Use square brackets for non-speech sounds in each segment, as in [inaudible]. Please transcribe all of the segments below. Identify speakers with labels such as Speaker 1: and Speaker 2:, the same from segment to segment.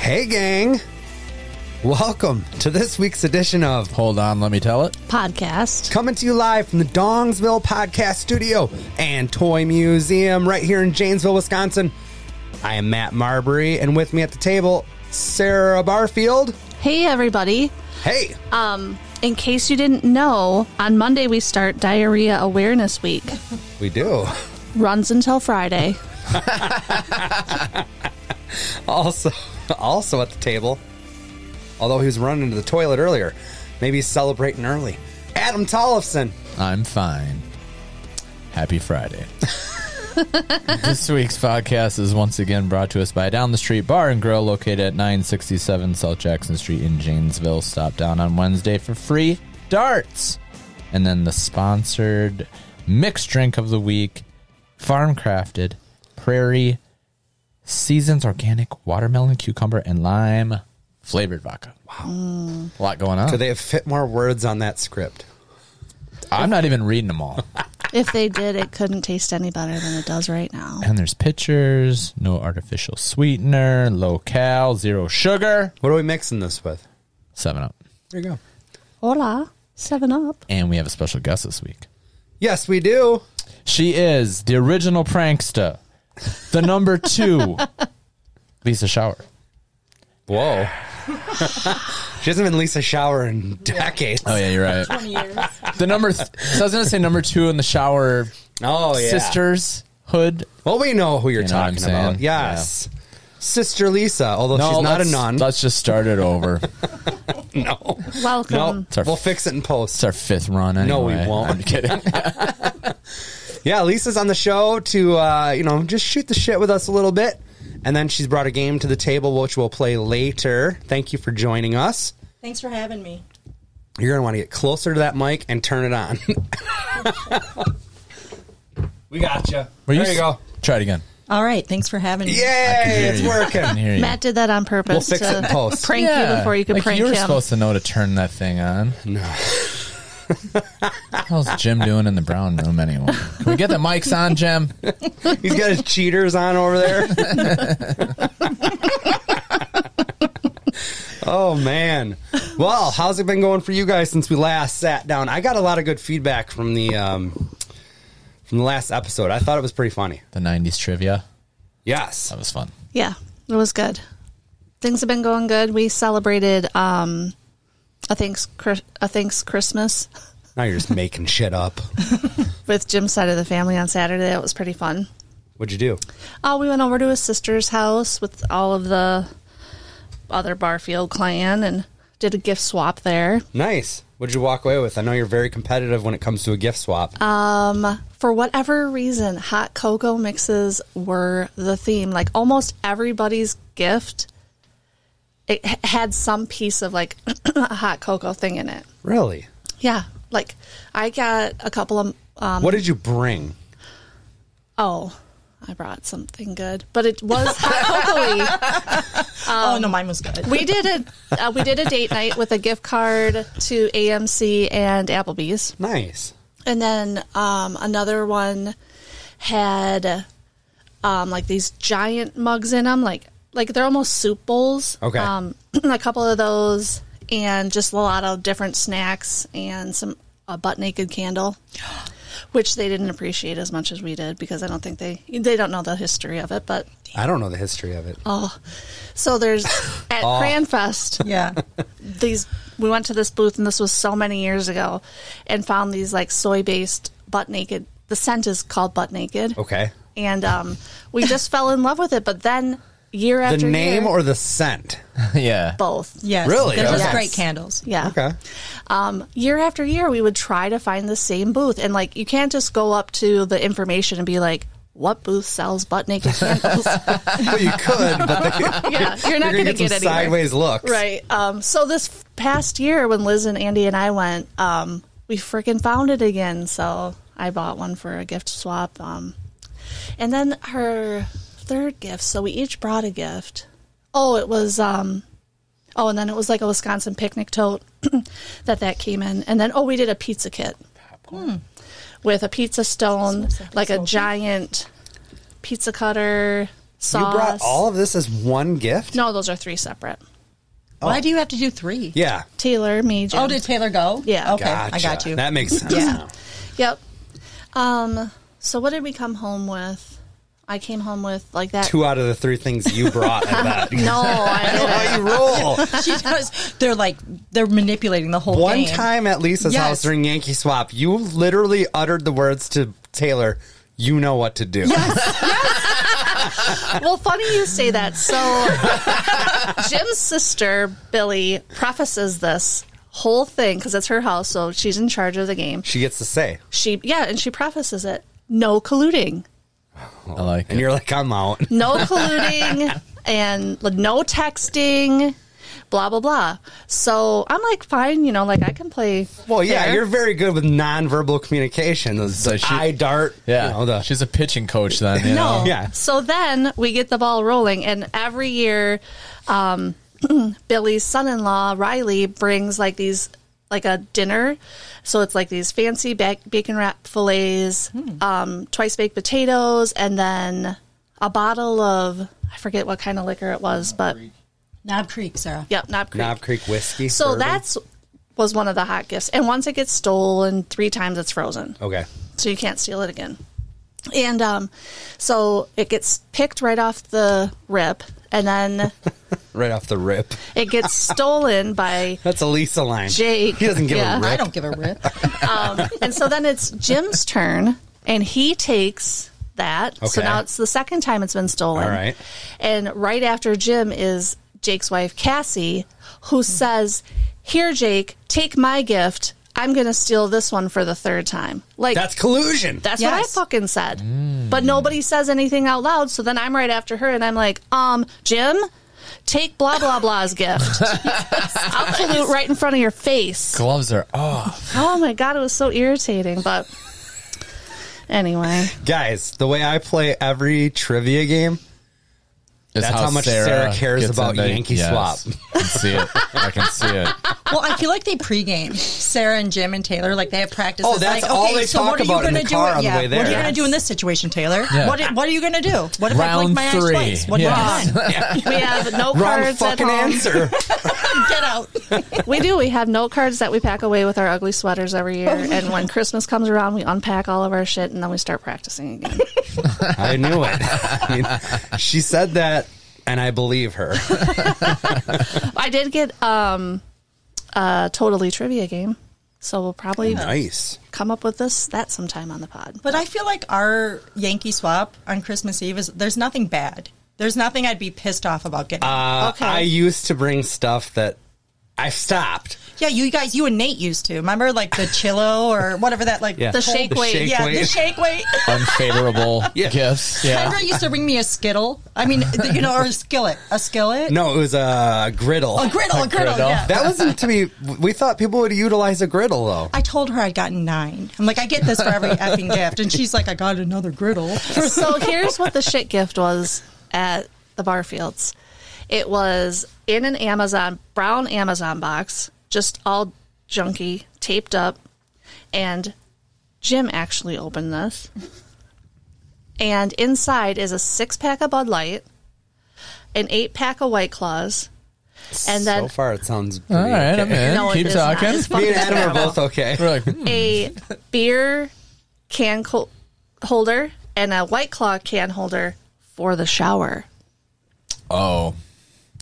Speaker 1: Hey, gang. Welcome to this week's edition of
Speaker 2: Hold on, let me tell it.
Speaker 3: podcast.
Speaker 1: coming to you live from the Dongsville Podcast Studio and Toy Museum right here in Janesville, Wisconsin. I am Matt Marbury, and with me at the table, Sarah Barfield.
Speaker 3: Hey, everybody.
Speaker 1: Hey,
Speaker 3: Um, in case you didn't know, on Monday we start Diarrhea Awareness Week.
Speaker 1: we do.
Speaker 3: Runs until Friday.
Speaker 1: Also, also at the table, although he was running to the toilet earlier, maybe he's celebrating early. Adam Tollefson.
Speaker 2: I'm fine. Happy Friday. [laughs] this week's podcast is once again brought to us by Down the Street Bar and Grill, located at 967 South Jackson Street in Janesville. Stop down on Wednesday for free darts. And then the sponsored mixed drink of the week, farm crafted prairie seasons organic watermelon, cucumber, and lime flavored vodka. Wow. A lot going on.
Speaker 1: Could they have fit more words on that script?
Speaker 2: I'm not even reading them all.
Speaker 3: If they did, it couldn't taste any better than it does right now.
Speaker 2: And there's pictures, no artificial sweetener, low cal, zero sugar.
Speaker 1: What are we mixing this with?
Speaker 2: Seven up.
Speaker 1: There you go.
Speaker 3: Hola, 7 Up.
Speaker 2: And we have a special guest this week.
Speaker 1: Yes, we do.
Speaker 2: She is the original prankster, the number [laughs] two, Lisa Shower.
Speaker 1: Whoa. she hasn't been Lisa Shower in decades.
Speaker 2: Oh yeah, you're right. The number. Th- so I was gonna say number two in the shower
Speaker 1: Oh, yeah.
Speaker 2: sisters hood.
Speaker 1: Well, we know who you're
Speaker 2: You know what I'm
Speaker 1: talking about.
Speaker 2: saying?
Speaker 1: Yes. Sister Lisa, although she's not a
Speaker 2: let's-
Speaker 1: nun.
Speaker 2: Let's just start it over. [laughs]
Speaker 1: No. No.
Speaker 3: Welcome.
Speaker 2: our-
Speaker 1: We'll fix it in post.
Speaker 2: It's our fifth run. Anyway.
Speaker 1: No, we won't.
Speaker 2: I'm kidding.
Speaker 1: Yeah, Lisa's on the show to, uh, you know, just shoot the shit with us a little bit. And then she's brought a game to the table, which we'll play later. Thank you for joining us.
Speaker 4: Thanks for having me.
Speaker 1: You're going to want to get closer to that mic and turn it on. [laughs] we gotcha.
Speaker 2: Were
Speaker 1: there you
Speaker 2: s-
Speaker 1: go.
Speaker 2: Try it again.
Speaker 4: All right. Thanks for having me.
Speaker 1: Yay,
Speaker 2: hear
Speaker 1: it's
Speaker 2: you. I
Speaker 1: working.
Speaker 2: can hear you.
Speaker 3: Matt did that on purpose
Speaker 1: We'll fix it in
Speaker 3: to [laughs]
Speaker 1: post.
Speaker 3: prank you before you could
Speaker 2: like
Speaker 3: prank
Speaker 2: you were
Speaker 3: him.
Speaker 2: supposed to know to turn that thing on. No. How's Jim doing in the brown room anyway? Can we get the mics on, Jim?
Speaker 1: He's got his cheaters on over [laughs] there. oh man. Well, how's it been going for you guys since we last sat down? I got a lot of good feedback from the um from the last episode. I thought it was pretty funny.
Speaker 2: The '90s trivia.
Speaker 1: Yes.
Speaker 2: That was fun. [laughs]
Speaker 3: Yeah, it was good. Things have been going good. We celebrated um a thanks Chris- a thanks Christmas
Speaker 1: Now you're just making shit up.
Speaker 3: with Jim's side of the family on Saturday. It was pretty fun.
Speaker 1: What'd you do?
Speaker 3: Oh, we went over to his sister's house with all of the other Barfield clan and did a gift swap there.
Speaker 1: Nice. What'd you walk away with? I know you're very competitive when it comes to a gift swap.
Speaker 3: Uh, For whatever reason, hot cocoa mixes were the theme. Like almost everybody's gift, it h- had some piece of like [clears throat] a hot cocoa thing in it.
Speaker 1: really?
Speaker 3: Yeah, like I got a couple of um,
Speaker 1: What did you bring?
Speaker 3: oh. I brought something good, but it was hot cocoa.
Speaker 4: oh
Speaker 1: Um,
Speaker 4: no, mine was good.
Speaker 3: We did a uh, we did a date night with a gift card to AMC and Applebee's.
Speaker 1: Nice.
Speaker 3: And then um, another one had um, like these giant mugs in them, like like they're almost soup bowls.
Speaker 1: Okay.
Speaker 3: Um, [clears throat] a couple of those, and just a lot of different snacks and some a butt naked candle, which they didn't appreciate as much as we did because I don't think they they don't know the history of it. But
Speaker 1: I don't know the history of it.
Speaker 3: uh, so there's at Cranfest
Speaker 4: Yeah.
Speaker 3: these we went to this booth and this was so many years ago and found these like soy based butt naked the scent is called butt naked
Speaker 1: Okay.
Speaker 3: and um we just fell in love with it but then year
Speaker 1: The
Speaker 3: after
Speaker 1: name
Speaker 3: year,
Speaker 1: or the scent?
Speaker 2: yeah.
Speaker 3: both
Speaker 4: Yes.
Speaker 1: Really?
Speaker 4: They're just
Speaker 3: Yes.
Speaker 4: great candles.
Speaker 3: yeah
Speaker 1: Okay.
Speaker 3: um year after year we would try to find the same booth and like you can't just go up to the information and be like what booth sells butt naked candles [laughs]
Speaker 1: Well, you could, but they,
Speaker 3: yeah [laughs] you're
Speaker 1: you're
Speaker 3: not going
Speaker 1: gonna
Speaker 3: to
Speaker 1: get, some
Speaker 3: get anywhere
Speaker 1: sideways looks.
Speaker 3: Right. Um, so this f- past year, when Liz and Andy and I went, um, we freaking found it again. So I bought one for a gift swap. Um, and then her third gift. So we each brought a gift. Oh, it was. Um, oh, and then it was like a Wisconsin picnic tote [clears throat] that that came in. And then oh, we did a pizza kit
Speaker 1: Hmm.
Speaker 3: with a pizza stone, like a giant pizza cutter. sauce.
Speaker 1: You brought all of this as one gift?
Speaker 3: No, those are three separate.
Speaker 4: Why do you have to do three?
Speaker 1: Oh. Yeah.
Speaker 3: Taylor, me, Jim.
Speaker 4: Oh, did Taylor go?
Speaker 3: Yeah.
Speaker 4: Okay, I got
Speaker 1: Gotcha.
Speaker 4: you. [laughs]
Speaker 1: That makes sense.
Speaker 4: Yeah.
Speaker 1: now.
Speaker 3: Yep. Um. So what did we come home with? I came home with like that.
Speaker 1: Two out of the three things you brought, [laughs] I bet.
Speaker 3: [laughs] no, I
Speaker 1: That's
Speaker 3: didn't.
Speaker 1: how you roll.
Speaker 4: she does. They're like they're manipulating the whole
Speaker 1: [laughs] One
Speaker 4: game.
Speaker 1: time at Lisa's
Speaker 4: Yes.
Speaker 1: house during Yankee Swap, you literally uttered the words to Taylor, you know what to do.
Speaker 3: well, funny you say that. So, [laughs] Jim's sister, Billy, prefaces this whole thing because it's her house, so she's in charge of the game.
Speaker 1: [laughs] She gets to say.
Speaker 3: She, yeah, and she prefaces it no colluding,
Speaker 2: I like
Speaker 1: And
Speaker 2: it.
Speaker 1: you're like, I'm out. [laughs]
Speaker 3: no colluding, and like, no texting. Blah blah blah. So I'm like, fine, you know, like I can play.
Speaker 1: Well, yeah,
Speaker 3: fair.
Speaker 1: you're very good with nonverbal communication. The, the
Speaker 2: she-
Speaker 1: eye dart.
Speaker 2: Yeah,
Speaker 1: You know, the,
Speaker 2: she's a pitching coach then. You
Speaker 3: No.
Speaker 2: know?
Speaker 1: Yeah.
Speaker 3: So then we get the ball rolling, and every year, um, [clears throat] Billy's son-in-law Riley brings like these, like a dinner. So it's like these fancy ba- bacon wrap fillets, um, twice baked potatoes, and then a bottle of I forget what kind of liquor it was, but
Speaker 4: Knob Creek, Sarah.
Speaker 3: yep, Knob Creek.
Speaker 1: Knob Creek whiskey.
Speaker 3: so
Speaker 1: bourbon.
Speaker 3: that's was one of the hot gifts. And once it gets stolen, three times it's frozen
Speaker 1: Okay.
Speaker 3: so you can't steal it again. And um, so it gets picked right off the rip, and then
Speaker 1: Right off the rip. [laughs]
Speaker 3: it gets stolen by
Speaker 1: That's a Lisa line.
Speaker 3: Jake.
Speaker 1: He doesn't give a
Speaker 3: Yeah.
Speaker 4: I
Speaker 1: rip.
Speaker 4: don't give a rip.
Speaker 3: um, and so then it's Jim's turn, and he takes that. So
Speaker 1: Okay.
Speaker 3: now it's the second time it's been stolen.
Speaker 1: All right.
Speaker 3: And right after Jim is Jake's wife, Cassie, who
Speaker 1: Hmm.
Speaker 3: says, Here, Jake, take my gift. I'm going to steal this one for the third time. Like,
Speaker 1: That's collusion.
Speaker 3: That's what I
Speaker 4: Yes.
Speaker 3: fucking said.
Speaker 1: Mm.
Speaker 3: But nobody says anything out loud. So then I'm right after her and I'm like, um, Jim, take blah,
Speaker 1: [laughs]
Speaker 3: blah, blah's gift. I'll pollute right in front of your face.
Speaker 2: Gloves are off.
Speaker 3: Oh my God, it was so irritating. But anyway,
Speaker 1: [laughs] Guys, the way I play every trivia game,
Speaker 2: Is
Speaker 1: That's how much Sarah cares
Speaker 2: gets
Speaker 1: about
Speaker 2: into-
Speaker 1: Yankee swap.
Speaker 2: I can see it. I can see it.
Speaker 4: [laughs] Well, I feel like they pregame. Sarah and Jim and Taylor, like they have practice.
Speaker 1: Oh,
Speaker 4: It's
Speaker 1: that's
Speaker 4: like,
Speaker 1: all they talk
Speaker 4: what are you
Speaker 1: about in
Speaker 4: gonna
Speaker 1: the
Speaker 4: do?
Speaker 1: car on the way
Speaker 4: What are you
Speaker 1: there.
Speaker 4: going to do in this situation, Taylor? What, i- what are you going to do? What if
Speaker 2: Round
Speaker 4: I blink my
Speaker 2: three.
Speaker 4: eyes twice? What
Speaker 1: [laughs]
Speaker 2: Yes.
Speaker 4: have I done?
Speaker 3: we have no
Speaker 1: wrong
Speaker 3: cards at
Speaker 1: fucking
Speaker 3: home. [laughs]
Speaker 1: answer.
Speaker 4: Get out.
Speaker 3: We do. We have note cards that we pack away with our ugly sweaters every year.
Speaker 1: Oh
Speaker 3: and when Christmas comes around, we unpack all of our shit and then we start practicing again.
Speaker 1: [laughs] I knew it. [laughs] I mean, she said that, and I believe her.
Speaker 3: I did get um, a totally trivia game. So we'll
Speaker 1: [laughs]
Speaker 3: probably
Speaker 1: Nice.
Speaker 3: come up with this that sometime on the pod.
Speaker 4: But I feel like our Yankee swap on Christmas Eve is there's nothing bad. There's nothing I'd be pissed off about getting.
Speaker 1: Uh,
Speaker 3: Okay.
Speaker 1: I used to bring stuff that I stopped.
Speaker 4: yeah, you guys, you and Nate used to remember like the chillo or whatever that like
Speaker 1: Yeah.
Speaker 3: The
Speaker 4: whole-
Speaker 3: shake weight.
Speaker 1: shake
Speaker 4: yeah, the
Speaker 1: weight.
Speaker 4: shake weight.
Speaker 2: Unfavorable
Speaker 1: [laughs] Yeah.
Speaker 2: gifts. [laughs] Yeah.
Speaker 4: Kendra used to bring me a skittle. I mean, th- you know, or a skillet, a skillet,
Speaker 1: No, it was a griddle.
Speaker 4: a griddle, a, griddle.
Speaker 2: griddle.
Speaker 4: Yeah.
Speaker 1: That wasn't to be. We thought people would utilize a griddle though.
Speaker 4: I told her I'd gotten nine. I'm like, I get this for every effing gift, and she's like, I got another griddle.
Speaker 3: [laughs] So here's what the shit gift was at the Barfields. It was in an Amazon brown Amazon box, just all junky, taped up, and Jim actually opened this. And inside is a six pack of Bud Light, an eight pack of White Claws, and then
Speaker 1: so far, it sounds
Speaker 2: All right, I'm
Speaker 1: okay.
Speaker 2: in.
Speaker 3: No, it
Speaker 2: Keep
Speaker 3: is not.
Speaker 2: talking.
Speaker 3: It's fun.
Speaker 1: Me and Adam are both okay.
Speaker 2: We're like, hmm,
Speaker 3: a beer can co- holder and a White Claw can holder for the shower.
Speaker 2: oh,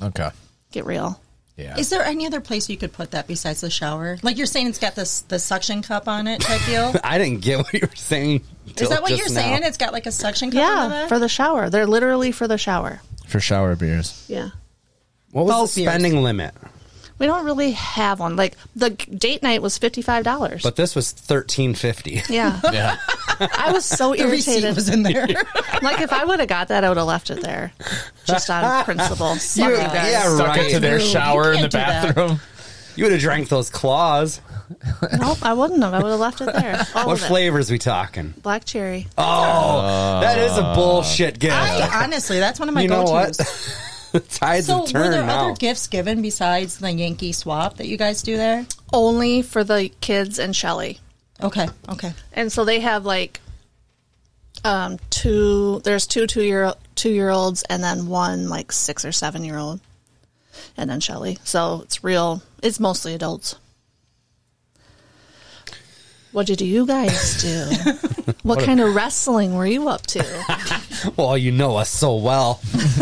Speaker 2: okay,
Speaker 3: Get real.
Speaker 2: yeah.
Speaker 4: Is there any other place you could put that besides the shower? Like you're saying, it's got this the suction cup on it type deal.
Speaker 1: I didn't get what you were saying.
Speaker 4: Is
Speaker 1: till
Speaker 4: that what
Speaker 1: just
Speaker 4: you're
Speaker 1: now.
Speaker 4: saying? It's got like a suction cup on
Speaker 3: Yeah,
Speaker 4: it.
Speaker 3: for the shower. They're literally for the shower.
Speaker 2: For shower
Speaker 3: [laughs]
Speaker 2: beers,
Speaker 3: Yeah.
Speaker 1: What was
Speaker 4: Both
Speaker 1: the
Speaker 4: beers.
Speaker 1: spending limit?
Speaker 3: We don't really have one. Like the g- date night was $55.
Speaker 1: But this was thirteen fifty.
Speaker 3: yeah.
Speaker 2: yeah.
Speaker 3: I was [laughs] so
Speaker 4: the receipt
Speaker 3: irritated.
Speaker 4: was
Speaker 1: [laughs]
Speaker 4: in there. [laughs]
Speaker 3: like if I would have got that, I would have left it there. Just
Speaker 1: [laughs]
Speaker 3: on principle. Suck it, guys.
Speaker 1: yeah,
Speaker 2: Stuck
Speaker 1: right.
Speaker 2: it to their
Speaker 4: True.
Speaker 2: shower
Speaker 4: You
Speaker 2: in the
Speaker 4: can't do that.
Speaker 2: bathroom.
Speaker 1: You would have drank those claws.
Speaker 3: Nope, I wouldn't have. I would have left it there. All
Speaker 1: What
Speaker 3: of it.
Speaker 1: flavors we talking?
Speaker 3: Black cherry.
Speaker 1: Oh, that is a bullshit gift.
Speaker 4: I, honestly, that's one of my
Speaker 1: you know
Speaker 4: go-tos.
Speaker 1: what? Tides [laughs]
Speaker 4: So
Speaker 1: have
Speaker 4: were
Speaker 1: turned
Speaker 4: there
Speaker 1: now.
Speaker 4: other gifts given besides the Yankee swap that you guys do there?
Speaker 3: Only for the kids and Shelly.
Speaker 4: Okay, okay.
Speaker 3: And so they have like um two there's two two year two year olds and then one like six or seven year old, and then Shelly. So it's real. It's mostly adults. What did you guys do? what kind of wrestling were you up to?
Speaker 1: Well, you know us so well.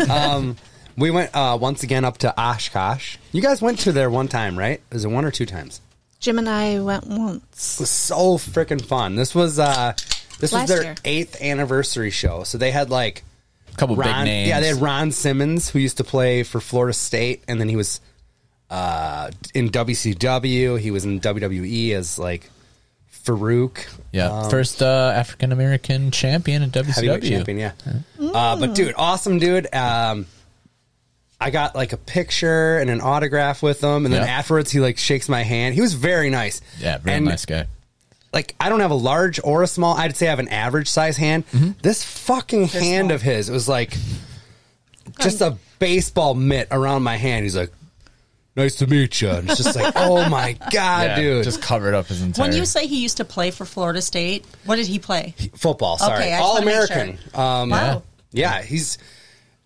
Speaker 1: um, we went uh, once again up to Oshkosh. You guys went to there one time, right? Was it one or two times?
Speaker 3: Jim and I went
Speaker 1: It
Speaker 3: once.
Speaker 1: was so freaking fun. This was uh, this
Speaker 3: Last
Speaker 1: was their
Speaker 3: year.
Speaker 1: eighth anniversary show. So they had like
Speaker 2: A [laughs] couple big
Speaker 1: Ron,
Speaker 2: names.
Speaker 1: yeah, they had Ron Simmons who used to play for Florida State, and then he was uh, in WCW. He was in WWE as like Farouk.
Speaker 2: Yeah, first uh, African American champion at
Speaker 1: Um, heavyweight
Speaker 2: WCW.
Speaker 1: champion. Yeah, uh, but dude, awesome dude. Um, I got like a picture and an autograph with him, and then
Speaker 2: Yeah.
Speaker 1: afterwards he like shakes my hand. He was very nice.
Speaker 2: Yeah, very
Speaker 1: And,
Speaker 2: nice guy.
Speaker 1: Like I don't have a large or a small. I'd say I have an average size hand.
Speaker 2: Mm-hmm.
Speaker 1: This fucking hand
Speaker 4: small. Um,
Speaker 1: of his was like just a baseball mitt around my hand. He's like. Nice to meet you. And it's just
Speaker 4: [laughs]
Speaker 1: like, oh my god,
Speaker 2: Yeah,
Speaker 1: dude!
Speaker 2: just covered up his entire.
Speaker 4: When you say he used to play for Florida State, what did he play?
Speaker 1: football. Sorry,
Speaker 4: Okay, I just
Speaker 1: all
Speaker 4: wanna make
Speaker 1: American. Um,
Speaker 4: Wow.
Speaker 1: Yeah, he's.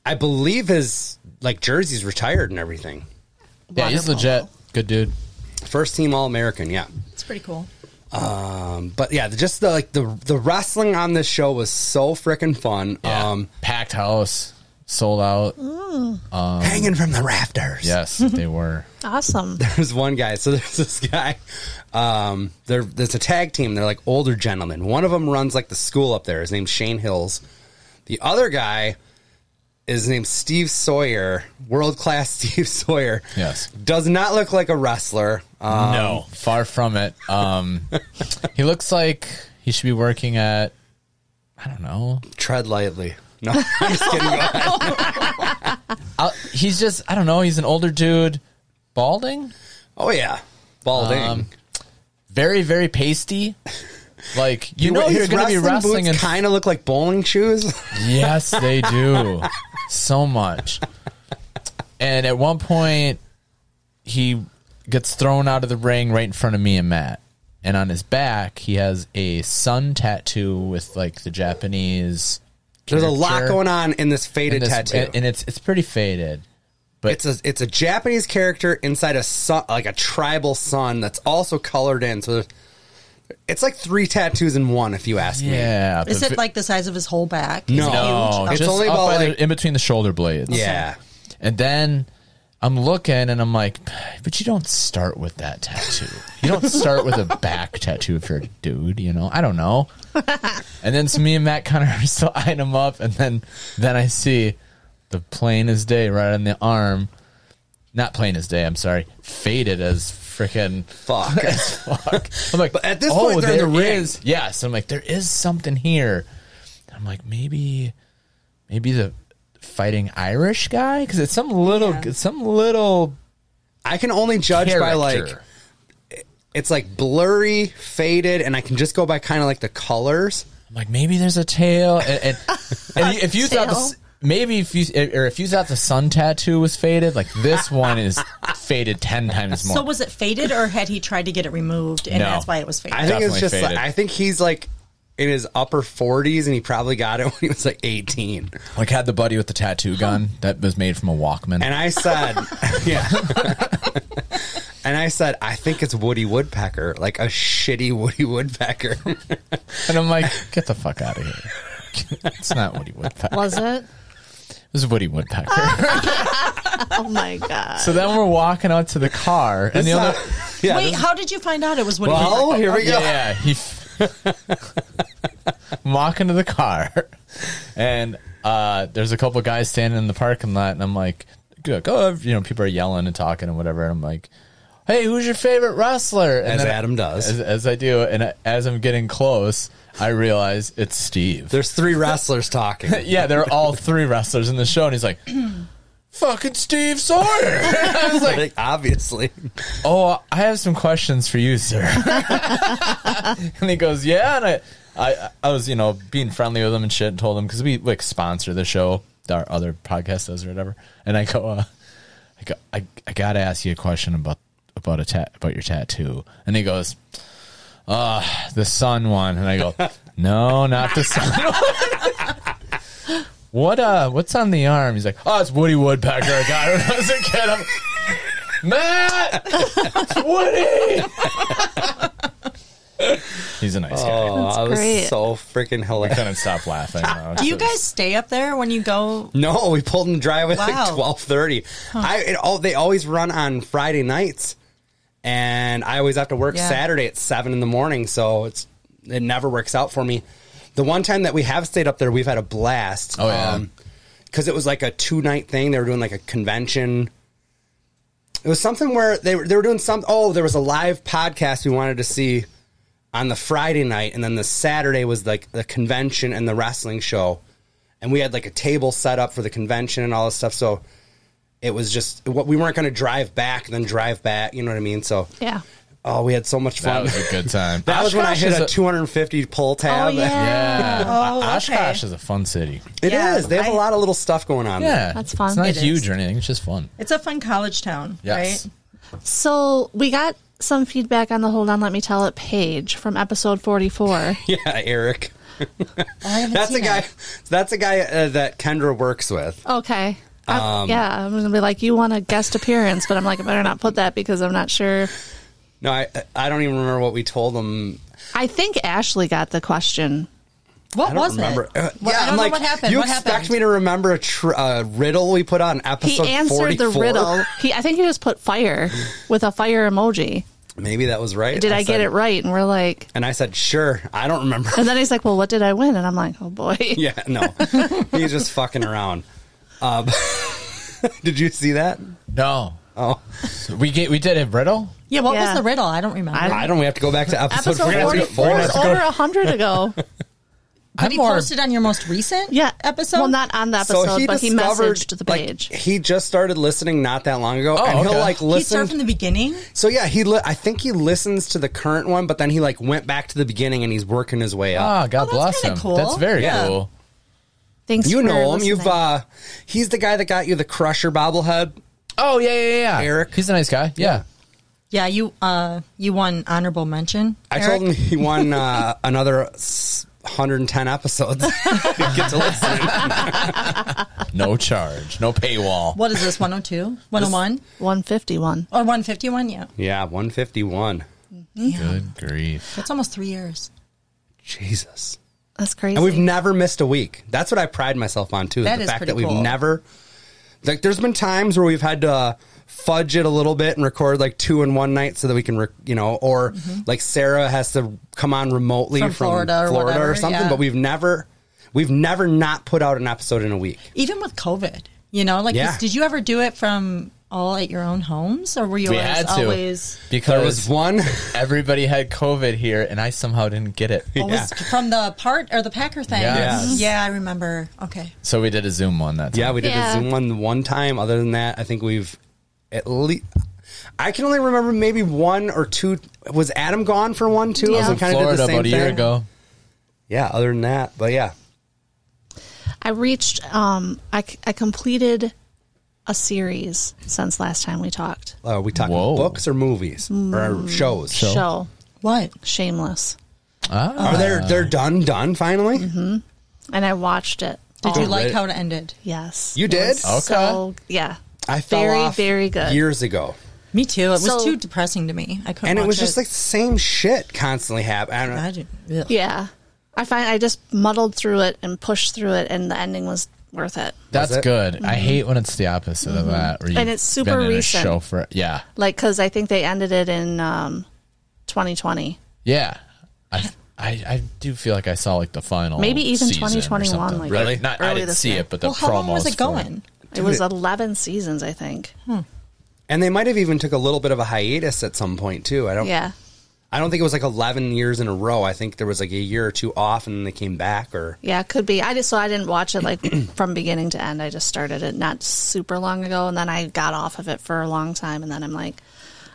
Speaker 1: I believe his like jersey's retired and everything.
Speaker 2: yeah, he's legit. Good dude.
Speaker 1: First team All American. Yeah,
Speaker 4: It's pretty cool.
Speaker 1: um, but yeah, just the like the the wrestling on this show was so freaking fun.
Speaker 2: Yeah.
Speaker 1: Um,
Speaker 2: packed house, sold out. Um,
Speaker 1: hanging from the rafters.
Speaker 2: Yes,
Speaker 4: Mm-hmm.
Speaker 2: they were.
Speaker 3: Awesome.
Speaker 1: there's one guy. So [laughs] there's this guy. Um, there, there's a tag team. They're like older gentlemen. One of them runs like the school up there. His name's Shane Hills. The other guy is named Steve Sawyer, world class [laughs] Steve Sawyer.
Speaker 2: Yes.
Speaker 1: Does not look like a wrestler. [laughs] Um,
Speaker 2: no, far from it.
Speaker 1: [laughs]
Speaker 2: Um, he looks like he should be working at. I don't know.
Speaker 1: Tread lightly. No, [laughs] I'm just kidding.
Speaker 2: i Uh, he's just. I don't know. He's an older dude, balding,
Speaker 1: oh yeah, balding.
Speaker 2: Um, very very pasty. Like you know,
Speaker 1: His
Speaker 2: you're going to be wrestling in
Speaker 1: boots kind of look like bowling shoes. [laughs]
Speaker 2: Yes, they do. so much. And at one point, he gets thrown out of the ring right in front of me and Matt. And on his back, he has a sun tattoo with like the Japanese.
Speaker 1: There's a lot
Speaker 2: caricature
Speaker 1: going on in this faded
Speaker 2: in this-
Speaker 1: tattoo.
Speaker 2: and- and it's it's pretty faded. But
Speaker 1: it's a it's a Japanese character inside a sun, like a tribal sun that's also colored in. So there's- it's like three tattoos in one, if you ask me.
Speaker 2: yeah,
Speaker 4: Is
Speaker 2: but
Speaker 4: it
Speaker 2: vi-
Speaker 4: like the size of his whole back?
Speaker 1: No.
Speaker 4: Is it
Speaker 2: no?
Speaker 1: huge?
Speaker 2: It's
Speaker 1: It's only
Speaker 2: only up
Speaker 1: about,
Speaker 2: by
Speaker 1: like-
Speaker 2: the, in between the shoulder blades.
Speaker 1: Yeah,
Speaker 2: And then I'm looking and I'm like, but you don't start with that tattoo. You don't start with a back tattoo if you're a dude, you know? I don't know. And then so me and Matt kind of [laughs] are still eyeing him up. And then, then I see the plain as day right on the arm. Not plain as day, I'm sorry. Faded as freaking [laughs]
Speaker 1: fuck.
Speaker 2: fuck. I'm like, "Oh,
Speaker 1: But at this point, they're in the
Speaker 2: there
Speaker 1: ring.
Speaker 2: is- Yes, I'm like, there is something here. I'm like, maybe, maybe the fighting Irish guy because it's some little,
Speaker 4: Yeah.
Speaker 2: some little
Speaker 1: I can only judge by like
Speaker 2: character.
Speaker 1: it's like blurry, faded, and I can just go by kind of like the colors.
Speaker 2: I'm like, maybe there's a tail. And, and, and if you thought
Speaker 3: Tail?
Speaker 2: this, maybe if you or if you thought the sun tattoo was faded, like this one is faded ten times more.
Speaker 4: So was it faded, or had he tried to get it removed, and
Speaker 2: No.
Speaker 4: that's why it was faded?
Speaker 1: I think it's
Speaker 2: Definitely
Speaker 1: just like,
Speaker 2: faded.
Speaker 1: I think he's like in his upper 40s, and he probably got it [laughs] when he was like 18.
Speaker 2: like had the buddy with the tattoo gun that was made from a Walkman.
Speaker 1: And I
Speaker 2: [laughs]
Speaker 1: said, yeah. and I said, I think it's Woody Woodpecker, like a shitty Woody Woodpecker.
Speaker 2: And I'm like, get the fuck out of here. [laughs] It's not Woody Woodpecker.
Speaker 3: Was it?
Speaker 2: It was Woody
Speaker 4: [laughs]
Speaker 2: Woodpecker.
Speaker 3: Oh my god.
Speaker 2: So then we're walking out to the car,
Speaker 1: [laughs]
Speaker 2: and the other.
Speaker 1: yeah,
Speaker 4: Wait,
Speaker 1: this-
Speaker 4: how did you find out it was Woody?
Speaker 1: [laughs] well, here
Speaker 4: Woodpecker?
Speaker 1: we go.
Speaker 2: yeah, yeah, he. F- I'm walking to the car, and uh, there's a couple guys standing in the parking lot, and I'm like, "Go, go!" You know, people are yelling and talking and whatever. And I'm like, "Hey, who's your favorite wrestler?" And
Speaker 1: As
Speaker 2: then-
Speaker 1: Adam does.
Speaker 2: as, as I do, and I- as I'm getting close, I realize it's Steve.
Speaker 1: There's three wrestlers [laughs] talking.
Speaker 2: yeah, they're all three wrestlers in the show, and he's like, [clears throat] "Fucking Steve Sawyer." [laughs] I was like,
Speaker 1: Like, obviously.
Speaker 2: oh, I have some questions for you, sir. [laughs] and he goes, yeah. And I, I, I was, you know, being friendly with him and shit and told him because we like sponsor the show, our other podcast does or whatever. And I go, uh, I go, I, I got to ask you a question about, about a tat, about your tattoo. And he goes, "Ah, [laughs] uh, the sun one. And I go, no, not the sun one. What uh? What's on the arm? He's like, oh, it's Woody Woodpecker. I got it when I was a kid. I'm, Matt, it's Woody. He's a nice guy.
Speaker 1: Oh, I was
Speaker 3: great.
Speaker 1: so freaking
Speaker 2: I
Speaker 1: hilarious.
Speaker 2: couldn't stop laughing. though.
Speaker 4: Do you
Speaker 2: It's-
Speaker 4: guys stay up there when you go?
Speaker 1: [laughs] No, we pulled in the driveway at like
Speaker 4: Wow.
Speaker 1: twelve thirty. I it all they always run on Friday nights, and I always have to work
Speaker 4: Yeah.
Speaker 1: Saturday at seven in the morning, so it's it never works out for me. The one time that we have stayed up there, we've had a blast.
Speaker 2: Oh, yeah.
Speaker 1: because Um, it was like a two night thing. They were doing like a convention. It was something where they were they were doing some. Oh, there was a live podcast we wanted to see on the Friday night, and then the Saturday was like the convention and the wrestling show, and we had like a table set up for the convention and all this stuff. So it was just what we weren't going to drive back, and then drive back. You know what I mean? So
Speaker 3: Yeah.
Speaker 1: oh, we had so much
Speaker 2: That
Speaker 1: fun.
Speaker 2: was a good time.
Speaker 1: That was when I
Speaker 2: Oshkosh
Speaker 1: hit
Speaker 2: is
Speaker 1: a 250 pull tab.
Speaker 3: Oh yeah.
Speaker 2: Yeah.
Speaker 4: Oh,
Speaker 2: O- Oshkosh
Speaker 4: okay.
Speaker 2: is a fun city.
Speaker 1: [laughs] It is.
Speaker 4: Yeah,
Speaker 1: They have a
Speaker 4: I-
Speaker 1: lot of little stuff going on. there.
Speaker 2: Yeah.
Speaker 3: That's fun.
Speaker 2: It's not
Speaker 3: It
Speaker 2: huge
Speaker 4: is.
Speaker 2: or anything. It's just fun.
Speaker 4: It's a fun college town,
Speaker 2: Yes.
Speaker 4: right?
Speaker 3: So we got some feedback on the Hold On Let Me Tell It page from episode 44.
Speaker 1: [laughs] Yeah, Eric.
Speaker 4: I haven't
Speaker 1: That's a
Speaker 4: seen
Speaker 1: guy.
Speaker 4: it.
Speaker 1: That's a guy uh, that Kendra works with.
Speaker 3: okay. I'm-
Speaker 1: Um,
Speaker 3: yeah, I'm gonna be like, you want a guest appearance, but I'm like, I better not put that because I'm not sure.
Speaker 1: No, I I don't even remember what we told him.
Speaker 3: I think Ashley got the question.
Speaker 4: What
Speaker 1: I don't
Speaker 4: was
Speaker 1: remember.
Speaker 4: it?
Speaker 1: Uh,
Speaker 4: Well, I don't know what happened.
Speaker 1: You
Speaker 4: what
Speaker 1: expect
Speaker 4: happened?
Speaker 1: me to remember a tr- uh, riddle we put on
Speaker 3: He
Speaker 1: episode?
Speaker 3: answered
Speaker 1: 44?
Speaker 3: the riddle. He, I think he just put fire with a fire emoji.
Speaker 1: Maybe that was right.
Speaker 3: Did I, get
Speaker 1: said-
Speaker 3: it right? And we're like,
Speaker 1: And I said, sure. I don't remember. [laughs]
Speaker 3: and then he's like, well, what did I win? And I'm like, oh boy.
Speaker 1: yeah,
Speaker 3: [laughs]
Speaker 1: no. He's just fucking around. Um, [laughs] did you see that?
Speaker 2: No.
Speaker 1: Oh,
Speaker 2: We get, we did it brittle.
Speaker 4: Yeah, what
Speaker 3: Yeah.
Speaker 4: was the riddle? I don't remember.
Speaker 3: I-
Speaker 1: I don't. We have to go back to episode,
Speaker 3: Episode 44
Speaker 1: 44.
Speaker 3: is over 100
Speaker 1: [laughs]
Speaker 3: ago.
Speaker 4: Did
Speaker 2: I'm
Speaker 4: he
Speaker 2: more-
Speaker 4: post it on your most recent
Speaker 3: Yeah.
Speaker 4: episode?
Speaker 3: Well, not on the episode, but he
Speaker 1: discovered,
Speaker 3: messaged the
Speaker 1: like,
Speaker 3: page.
Speaker 1: he just started listening not that long ago,
Speaker 2: Oh,
Speaker 1: and he'll
Speaker 2: okay.
Speaker 1: like
Speaker 2: He
Speaker 4: He
Speaker 1: listen.
Speaker 4: started from the beginning.
Speaker 1: So yeah, he li- I think he listens to the current one, but then he like went back to the beginning and he's working his way up.
Speaker 2: Ah, God
Speaker 4: that's
Speaker 2: bless
Speaker 4: kinda
Speaker 2: him.
Speaker 4: cool.
Speaker 2: That's very
Speaker 1: Yeah.
Speaker 2: cool.
Speaker 3: Thanks
Speaker 1: you
Speaker 3: for
Speaker 1: know him.
Speaker 3: Oh, listening.
Speaker 1: You've uh he's the guy that got you the Crusher bobblehead.
Speaker 2: Oh yeah, yeah, yeah.
Speaker 1: Eric.
Speaker 2: he's a nice guy. Yeah.
Speaker 4: Yeah, you uh, you won honorable mention.
Speaker 1: I
Speaker 4: Eric.
Speaker 1: told him he won uh, another s- 110 episodes. [laughs] Get to listen.
Speaker 2: No charge, no paywall.
Speaker 4: What is this?
Speaker 1: [laughs]
Speaker 4: 102? 101?
Speaker 3: 151.
Speaker 4: Or 151? Yeah.
Speaker 1: Yeah, 151.
Speaker 2: Good grief.
Speaker 4: That's almost three years.
Speaker 1: Jesus.
Speaker 3: That's crazy.
Speaker 1: And we've never missed a week. That's what I pride myself on too.
Speaker 4: That
Speaker 1: the
Speaker 4: is
Speaker 1: fact
Speaker 4: pretty
Speaker 1: that we've
Speaker 4: cool.
Speaker 1: never like there's been times where we've had to uh, fudge it a little bit and record like two in one night so that we can rec- you know or like Sarah has to come on remotely from,
Speaker 4: Mm-hmm. From Florida or
Speaker 1: Florida
Speaker 4: whatever,
Speaker 1: something
Speaker 4: yeah.
Speaker 1: but we've never we've never not put out an episode in a week.
Speaker 4: Even with COVID, you know, like,
Speaker 1: Yeah.
Speaker 4: did you ever do it from all at your own homes or were you
Speaker 2: We
Speaker 4: always,
Speaker 2: had to
Speaker 4: always,
Speaker 2: because
Speaker 1: There was one
Speaker 2: everybody had COVID here, and I somehow didn't
Speaker 1: [laughs]
Speaker 2: get it.
Speaker 4: always from the part or the Packer thing?
Speaker 2: Yes.
Speaker 1: Yes.
Speaker 4: Yeah, I remember. Okay.
Speaker 2: So we did a Zoom one that
Speaker 1: [laughs]
Speaker 2: time.
Speaker 1: Yeah, we did
Speaker 3: Yeah.
Speaker 1: a Zoom one one time. Other than that, I think we've at least. I can only remember maybe one or two. Was Adam gone for one too?
Speaker 3: Yeah.
Speaker 1: Yeah.
Speaker 2: in Florida about a year ago.
Speaker 1: Yeah. Other than that, but yeah,
Speaker 3: I reached, um, I, c- I completed a series since last time we talked.
Speaker 1: uh, we talking
Speaker 2: Whoa.
Speaker 1: books or movies or shows.
Speaker 3: Hmm. Show.
Speaker 4: What?
Speaker 3: Shameless.
Speaker 2: Ah,
Speaker 1: Are they they're done done finally?
Speaker 3: Mm-hmm. And I watched it.
Speaker 4: Did
Speaker 3: all.
Speaker 4: you like
Speaker 1: Oh, right.
Speaker 4: how it ended?
Speaker 3: Yes.
Speaker 1: You did?
Speaker 2: Okay.
Speaker 3: So, yeah.
Speaker 1: I fell
Speaker 3: very,
Speaker 1: off
Speaker 3: very good.
Speaker 1: years ago,
Speaker 4: Me too. It was
Speaker 3: So-
Speaker 4: too depressing to me. I couldn't
Speaker 1: and it
Speaker 4: watch
Speaker 1: was just like the same shit constantly happening.
Speaker 4: Imagine. Ugh.
Speaker 3: Yeah. I find I just muddled through it and pushed through it, and the ending was worth it.
Speaker 2: that's
Speaker 1: Was it?
Speaker 2: good. I hate when it's the opposite of that. where you've
Speaker 3: it's super
Speaker 2: been in a
Speaker 3: recent.
Speaker 2: show for yeah,
Speaker 3: Like, because I think they ended it in um, 2020,
Speaker 2: yeah. I, I I do feel like I saw like the final,
Speaker 3: Maybe even
Speaker 2: season or
Speaker 3: 2021,
Speaker 2: something.
Speaker 3: like,
Speaker 2: really? Not I
Speaker 3: early
Speaker 2: didn't
Speaker 3: this
Speaker 2: see
Speaker 3: year.
Speaker 2: it, but the
Speaker 4: Well, how
Speaker 2: promos
Speaker 4: long was it
Speaker 2: for
Speaker 4: going?
Speaker 3: it was 11 seasons, I think.
Speaker 1: And they might have even took a little bit of a hiatus at some point too. I don't.
Speaker 3: Yeah.
Speaker 1: I don't think it was like 11 years in a row. I think there was like a year or two off and then they came back or
Speaker 3: Yeah, could be. I just so I didn't watch it
Speaker 1: [clears throat]
Speaker 3: like from beginning to end. I just started it not super long ago, and then I got off of it for a long time, and then I'm like,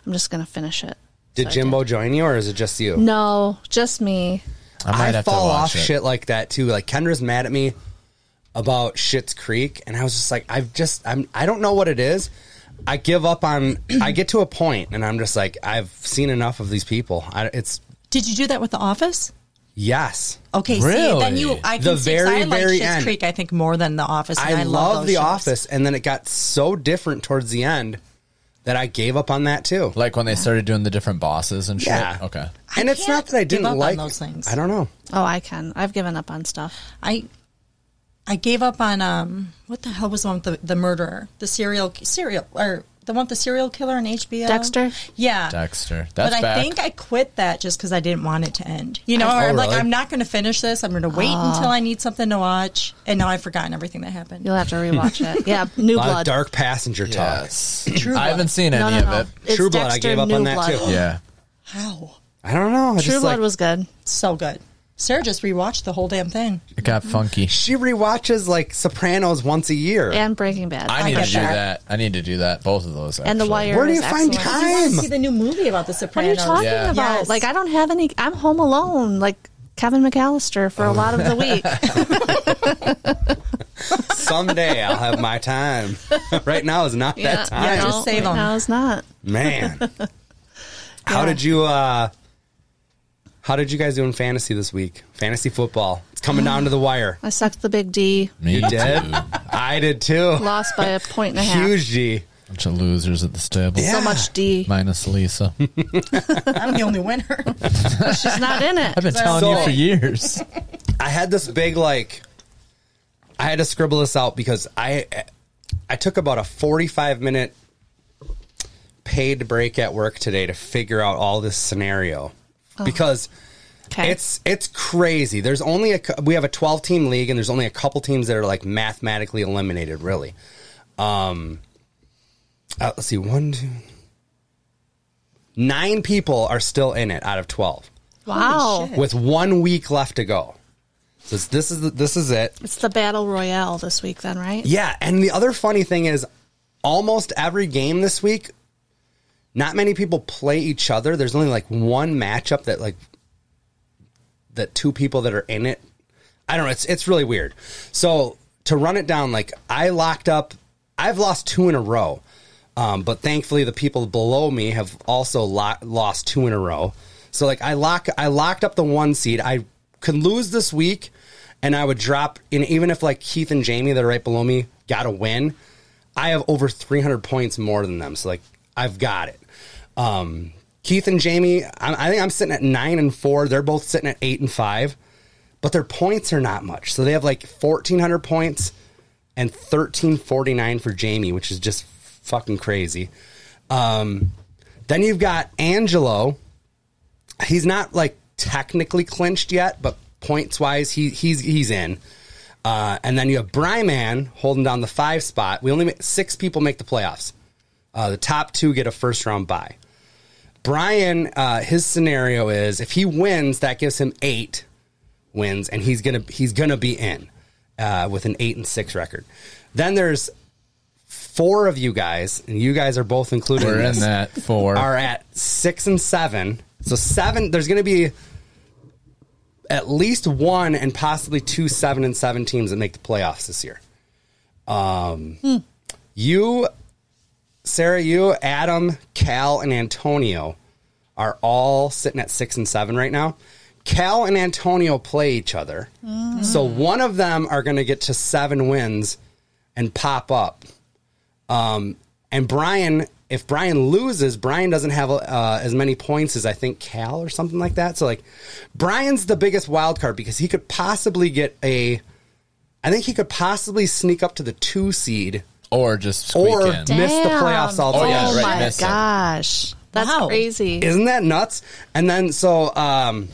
Speaker 3: I'm just gonna finish it.
Speaker 1: did Jimbo join you or is it just you?
Speaker 3: No, just me.
Speaker 2: I might have
Speaker 1: fall
Speaker 2: to watch
Speaker 1: off
Speaker 2: it.
Speaker 1: shit like that too. Like Kendra's mad at me about Shits Creek and I was just like I've just I'm I don't know what it is. I give up on [clears throat] I get to a point and I'm just like I've seen enough of these people. I, it's
Speaker 4: Did you do that with The Office?
Speaker 1: Yes.
Speaker 4: Okay, see, then you,
Speaker 2: Really?
Speaker 4: I can
Speaker 1: The
Speaker 4: see, 'cause I
Speaker 1: very,
Speaker 4: like
Speaker 1: very
Speaker 4: Schitt's
Speaker 1: end.
Speaker 4: Creek. I think more than The Office. and
Speaker 1: I, love,
Speaker 4: those
Speaker 1: The
Speaker 4: shows.
Speaker 1: Office, and then it got so different towards the end that I gave up on that too.
Speaker 2: Like when they started doing the different bosses and shit.
Speaker 1: Yeah.
Speaker 2: Okay.
Speaker 1: and it's not
Speaker 4: can't
Speaker 1: that I
Speaker 4: give
Speaker 1: didn't
Speaker 4: up on
Speaker 1: like
Speaker 4: those things.
Speaker 1: I don't know.
Speaker 3: Oh, I can. I've given up on stuff.
Speaker 4: I, I gave up on um, what the hell was the one with the, the murderer, the serial serial or the one with the serial killer on HBO,
Speaker 3: Dexter?
Speaker 4: Yeah,
Speaker 2: Dexter.
Speaker 4: But
Speaker 2: That's
Speaker 4: I
Speaker 2: back.
Speaker 4: think I quit that just because I didn't want it to end. You know, I'm like,
Speaker 1: really?
Speaker 4: I'm not going to finish this. I'm going to wait until I need something to watch. And now I've forgotten everything that happened.
Speaker 3: You'll have to rewatch
Speaker 1: [laughs]
Speaker 3: it. Yeah, New
Speaker 1: A lot
Speaker 3: Blood.
Speaker 1: of dark passenger talk.
Speaker 2: yes. I haven't seen
Speaker 3: no,
Speaker 2: any
Speaker 3: no, no.
Speaker 2: of it.
Speaker 3: It's
Speaker 1: True Blood, I
Speaker 3: Dexter,
Speaker 1: gave up
Speaker 3: New
Speaker 1: on that
Speaker 3: Blood.
Speaker 1: too.
Speaker 2: Yeah.
Speaker 4: How?
Speaker 1: I don't know. I
Speaker 3: True
Speaker 1: just
Speaker 3: Blood
Speaker 1: like,
Speaker 3: was good.
Speaker 4: So good. Sarah just rewatched the whole damn thing.
Speaker 2: It got funky.
Speaker 1: she rewatches like Sopranos once a year.
Speaker 3: And Breaking Bad.
Speaker 2: I need
Speaker 3: get
Speaker 2: to do
Speaker 3: that.
Speaker 2: that. I need to do that. Both of those.
Speaker 3: And The
Speaker 2: actually.
Speaker 3: Wire.
Speaker 1: Where do
Speaker 3: was
Speaker 1: you find
Speaker 3: excellent.
Speaker 1: time? I wanna see
Speaker 4: see the new movie about the
Speaker 3: What are you
Speaker 4: Sopranos.
Speaker 3: talking
Speaker 2: Yeah.
Speaker 3: about?
Speaker 4: Yes.
Speaker 3: Like, I don't have any. I'm home alone, like Kevin McAllister, for a lot of the
Speaker 1: [laughs]
Speaker 3: week.
Speaker 1: Someday I'll have my time. [laughs] right now is not that time.
Speaker 4: Yeah, just
Speaker 3: right
Speaker 4: save them.
Speaker 3: now it's not.
Speaker 1: Man. How did you uh how did you guys do in fantasy this week? Fantasy football. It's coming down to the wire.
Speaker 3: I sucked the big D,
Speaker 2: Me
Speaker 1: You did?
Speaker 2: too.
Speaker 1: I did too. [laughs]
Speaker 3: lost by a point and a half.
Speaker 1: Huge G.
Speaker 2: Bunch of losers at this table.
Speaker 1: Yeah.
Speaker 3: So much D.
Speaker 2: Minus Lisa.
Speaker 4: I'm the
Speaker 3: [laughs]
Speaker 4: only winner.
Speaker 3: She's
Speaker 1: [laughs]
Speaker 3: not in it.
Speaker 2: I've been telling you
Speaker 1: So-
Speaker 2: for years.
Speaker 1: I had this big like I had to scribble this out because I I took about a 45 minute paid break at work today to figure out all this scenario because
Speaker 3: Okay.
Speaker 1: It's it's crazy. There's only a cou- we have a 12 team league and there's only a couple teams that are like mathematically eliminated really. Um uh, let's see one two nine people are still in it out of 12
Speaker 3: wow.
Speaker 1: with 1 week left to go. So it's- this is the- this is it.
Speaker 3: It's the battle royale this week, then, right?
Speaker 1: Yeah, and the other funny thing is almost every game this week not many people play each other. There's only like one matchup that like the two people that are in it. I don't know, it's it's really weird. So to run it down like I locked up I've lost two in a row. Um, but thankfully the people below me have also lo- lost two in a row. So like I lock I locked up the one seed. I could lose this week and I would drop and even if like Keith and Jamie that are right below me got a win, I have over 300 points more than them. So like I've got it. Um, Keith and Jamie, I'm, I think I'm sitting at nine and four. They're both sitting at eight and five, but their points are not much. So they have like 1,400 points and 1,349 for Jamie, which is just fucking crazy. Um, then you've got Angelo. He's not like technically clinched yet, but points wise, he he's he's in. Uh, and then you have Bryman holding down the five spot. We only make, six people make the playoffs. Uh, the top two get a first round bye. Brian, uh, his scenario is if he wins, that gives him eight wins, and he's gonna he's gonna be in uh, with an eight and six record. Then there's four of you guys, and you guys are both included.
Speaker 2: We're in
Speaker 1: this
Speaker 2: that for
Speaker 1: are at six and seven. So seven, there's going to be at least one and possibly two seven and seven teams that make the playoffs this year. Um, you, Sarah, you, Adam, Cal, and Antonio are all sitting at six and seven right now. Cal and Antonio play each other, so one of them are going to get to seven wins and pop up. And Brian, if Brian loses, Brian doesn't have uh, as many points as I think Cal or something like that. So like, Brian's the biggest wild card because he could possibly get a. I think he could possibly sneak up to the two seed
Speaker 2: or just squeak
Speaker 1: or
Speaker 2: in.
Speaker 1: miss the playoffs
Speaker 3: Damn.
Speaker 1: altogether.
Speaker 2: yeah,
Speaker 3: Oh,
Speaker 2: right,
Speaker 3: my
Speaker 2: miss it.
Speaker 3: gosh. That's
Speaker 4: Wow.
Speaker 3: crazy.
Speaker 1: Isn't that nuts? And then so, um,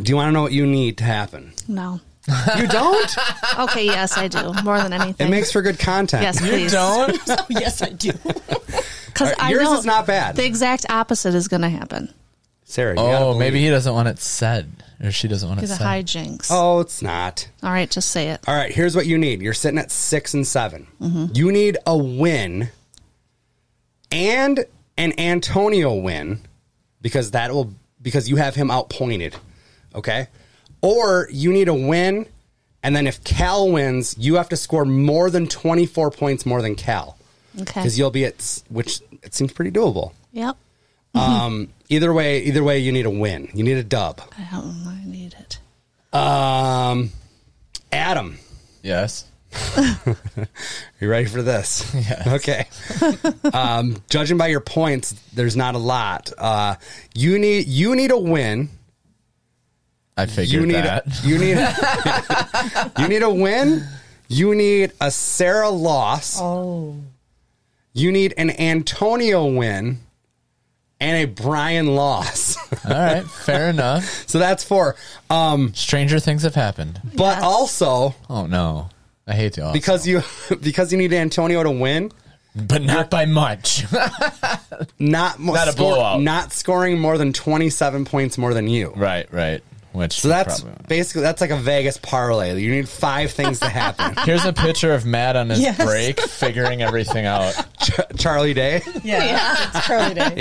Speaker 1: do you want to know what you need to happen?
Speaker 3: no.
Speaker 1: You don't.
Speaker 3: Okay, yes, I do. More
Speaker 1: [laughs]
Speaker 3: than anything.
Speaker 1: it makes for good content.
Speaker 3: Yes, please.
Speaker 4: [laughs]
Speaker 2: Don't.
Speaker 4: oh, yes, I do.
Speaker 3: Because I
Speaker 1: Yours
Speaker 3: know
Speaker 1: is not bad,
Speaker 3: the exact opposite is going to happen.
Speaker 1: Sarah. You gotta
Speaker 2: Oh,
Speaker 1: believe-
Speaker 2: maybe he doesn't want it said, or she doesn't want it
Speaker 3: It's a
Speaker 2: said.
Speaker 3: hijinks.
Speaker 1: Oh, it's not.
Speaker 3: All right, just say it.
Speaker 1: All right, here's what you need. You're sitting at six and 7 You need a win and an Antonio win because that will because you have him outpointed. Okay. Or you need a win, and then if Cal wins, you have to score more than 24 points more than Cal
Speaker 3: Okay.
Speaker 1: because you'll be at s- which it seems pretty doable.
Speaker 3: Yep.
Speaker 1: Um, either way, either way, you need a win. You need a dub.
Speaker 3: I don't know, I need it.
Speaker 1: Um, Adam,
Speaker 2: Yes.
Speaker 1: you ready for this?
Speaker 2: [laughs] Yes.
Speaker 1: Okay. um, judging by your points, there's not a lot. Uh, you need you need a win.
Speaker 2: I
Speaker 1: You
Speaker 2: figured
Speaker 1: need
Speaker 2: that.
Speaker 1: A, you need you need a win. You need a Sarah loss.
Speaker 4: Oh.
Speaker 1: You need an Antonio win and a Brian loss. [laughs]
Speaker 2: [laughs] All right. Fair enough.
Speaker 1: so that's four. Um,
Speaker 2: Stranger things have happened.
Speaker 1: but
Speaker 3: Yes.
Speaker 1: also
Speaker 2: Oh no. I hate y'all.
Speaker 1: because you [laughs] because you need Antonio to win,
Speaker 2: but not by much. [laughs]
Speaker 1: not mo-
Speaker 2: Not a blowout.
Speaker 1: not scoring more than twenty seven points more than you.
Speaker 2: right, right. Which
Speaker 1: So that's
Speaker 2: probably-
Speaker 1: basically that's like a Vegas parlay. You need five things to
Speaker 2: [laughs]
Speaker 1: happen.
Speaker 2: Here's a picture of Matt on his
Speaker 4: [laughs] Yes.
Speaker 2: break figuring everything [laughs] out.
Speaker 1: Ch- Charlie Day.
Speaker 4: Yeah. It's Charlie Day.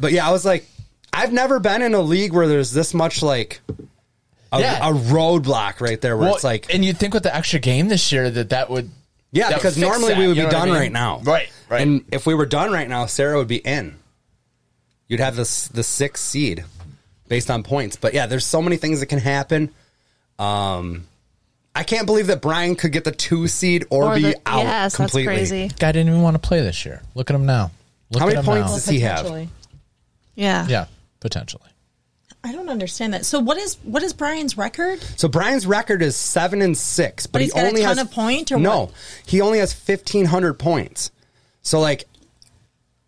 Speaker 1: But yeah, I was like, I've never been in a league where there's this much like a,
Speaker 2: Yeah.
Speaker 1: a roadblock right there where
Speaker 2: Well,
Speaker 1: it's like,
Speaker 2: and you'd think with the extra game this year that that would
Speaker 1: yeah,
Speaker 2: that would
Speaker 1: because
Speaker 2: fix
Speaker 1: normally
Speaker 2: that,
Speaker 1: we would
Speaker 2: you
Speaker 1: be
Speaker 2: know what I
Speaker 1: done
Speaker 2: mean?
Speaker 1: right now,
Speaker 2: Right, right.
Speaker 1: And if we were done right now, Sarah would be in. You'd have this the sixth seed based on points. But yeah, there's so many things that can happen. Um, I can't believe that Brian could get the two seed or, be
Speaker 3: the-
Speaker 1: out
Speaker 3: yes,
Speaker 1: completely.
Speaker 3: that's crazy.
Speaker 2: guy didn't even want to play this year. Look at him now. Look
Speaker 1: How
Speaker 2: at
Speaker 1: many
Speaker 2: him
Speaker 1: points
Speaker 2: now.
Speaker 1: does he have?
Speaker 4: Potentially.
Speaker 3: Yeah.
Speaker 2: Yeah, potentially.
Speaker 4: I don't understand that. So what is what is Brian's record?
Speaker 1: So Brian's record is seven and six, but,
Speaker 4: But he's
Speaker 1: he
Speaker 4: got a
Speaker 1: only
Speaker 4: ton
Speaker 1: has
Speaker 4: of point or
Speaker 1: no.
Speaker 4: what?
Speaker 1: He only has fifteen hundred points. So like,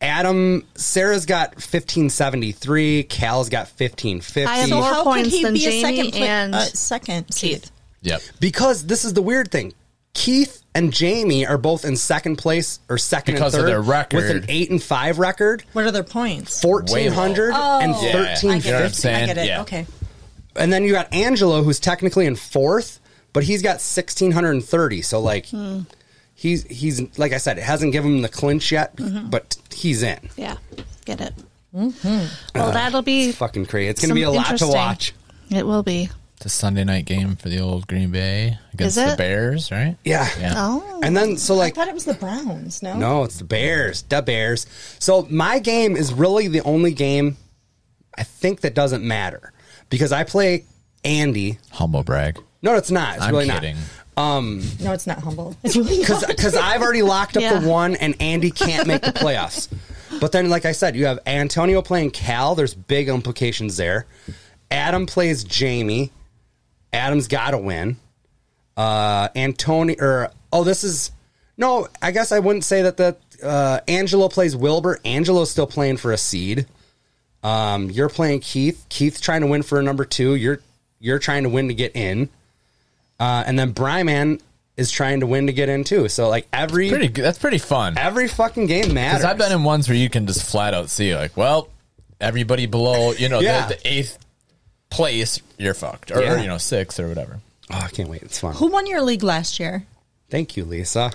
Speaker 1: Adam, Sarah's got fifteen seventy three. Cal's got fifteen
Speaker 3: I am
Speaker 1: fifty.
Speaker 4: So
Speaker 3: More
Speaker 4: how could
Speaker 3: points
Speaker 4: he
Speaker 3: than
Speaker 4: be
Speaker 3: Jamie
Speaker 4: a second pla-
Speaker 3: and
Speaker 4: uh, second seed?
Speaker 2: Yep.
Speaker 1: Because this is the weird thing. Keith and Jamie are both in second place or second
Speaker 2: Because of
Speaker 1: and third
Speaker 2: their record.
Speaker 1: with an eight and five record,
Speaker 4: What are their points?
Speaker 1: fourteen hundred and
Speaker 4: Oh. I
Speaker 1: thirteen
Speaker 4: get it.
Speaker 1: fifty.
Speaker 2: saying?
Speaker 4: I get it.
Speaker 2: Yeah.
Speaker 4: Okay.
Speaker 1: and then you got Angelo, who's technically in fourth, but he's got sixteen hundred and thirty. So like,
Speaker 4: Hmm.
Speaker 1: he's he's like I said, it hasn't given him the clinch yet,
Speaker 4: Mm-hmm.
Speaker 1: but he's in.
Speaker 3: Yeah. Get it.
Speaker 4: Mm-hmm.
Speaker 3: Well, that'll be
Speaker 1: Fucking crazy! It's gonna be a
Speaker 3: some
Speaker 1: lot to
Speaker 3: interesting-
Speaker 1: watch.
Speaker 3: It will be.
Speaker 2: It's a Sunday night game for the old Green Bay against
Speaker 3: Is
Speaker 2: the
Speaker 3: it?
Speaker 2: Bears, right?
Speaker 1: Yeah.
Speaker 2: Yeah.
Speaker 3: Oh.
Speaker 1: And then so
Speaker 4: I
Speaker 1: like
Speaker 4: thought it was the Browns. No.
Speaker 1: no, it's the Bears, the Bears. So my game is really the only game I think that doesn't matter because I play Andy.
Speaker 2: Humble brag.
Speaker 1: No, it's not. It's
Speaker 2: I'm
Speaker 1: really
Speaker 2: kidding.
Speaker 1: not.
Speaker 4: No, it's not humble. [laughs] It's really not.
Speaker 1: because I've already locked up
Speaker 3: Yeah.
Speaker 1: the one, and Andy can't make the playoffs. But then, like I said, you have Antonio playing Cal. There's big implications there. Adam plays Jamie. Adam's got to win. Uh, Antonio, or oh, this is no. I guess I wouldn't say that. That uh, Angelo plays Wilbur. Angelo's still playing for a seed. Um, you're playing Keith. Keith's trying to win for a number two. You're you're trying to win to get in. Uh, and then Bryman is trying to win to get in too. So like every
Speaker 2: Pretty good. That's pretty fun.
Speaker 1: every fucking game matters.
Speaker 2: Because I've been in ones where you can just flat out see, like, well, everybody below, you know,
Speaker 1: Yeah.
Speaker 2: the, the eighth place, you're fucked. Or,
Speaker 1: Yeah.
Speaker 2: you know, sixth or whatever.
Speaker 1: oh, I can't wait. It's fun.
Speaker 4: Who won your league last year?
Speaker 1: Thank you, Lisa.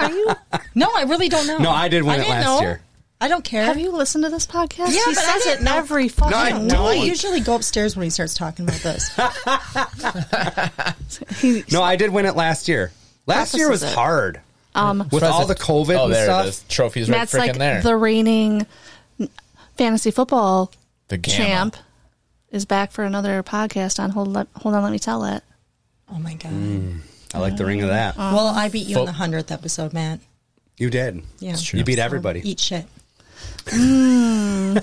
Speaker 4: Are you? No, I really don't know.
Speaker 1: No, I did win it
Speaker 4: didn't
Speaker 1: last
Speaker 4: know.
Speaker 1: year.
Speaker 4: I don't care.
Speaker 3: Have you listened to this podcast?
Speaker 4: Yeah,
Speaker 3: he
Speaker 4: but I
Speaker 3: says it
Speaker 4: didn't know-
Speaker 3: every fucking
Speaker 1: I
Speaker 3: week.
Speaker 1: don't.
Speaker 4: No, I usually go upstairs when he starts talking about this.
Speaker 3: He-
Speaker 1: No, I did win it last year. Last year was
Speaker 3: Prefaces it.
Speaker 1: hard. Um, with
Speaker 2: Surprised
Speaker 1: all the
Speaker 2: that-
Speaker 1: COVID
Speaker 2: Oh,
Speaker 1: and
Speaker 2: there
Speaker 1: stuff.
Speaker 2: it is. Trophies right
Speaker 3: Matt's
Speaker 2: freaking
Speaker 3: like
Speaker 2: there.
Speaker 3: the reigning fantasy football
Speaker 2: The gamma.
Speaker 3: champ is back for another podcast on hold. Let, hold on, let me tell it.
Speaker 4: Oh my god.
Speaker 1: I like the ring of that.
Speaker 2: Uh,
Speaker 4: Well, I beat you in
Speaker 2: Fo-
Speaker 4: the hundredth episode, Matt.
Speaker 1: You did.
Speaker 4: Yeah.
Speaker 2: It's true.
Speaker 1: You beat everybody.
Speaker 4: Eat shit.
Speaker 1: Eat.
Speaker 4: [laughs]
Speaker 2: Now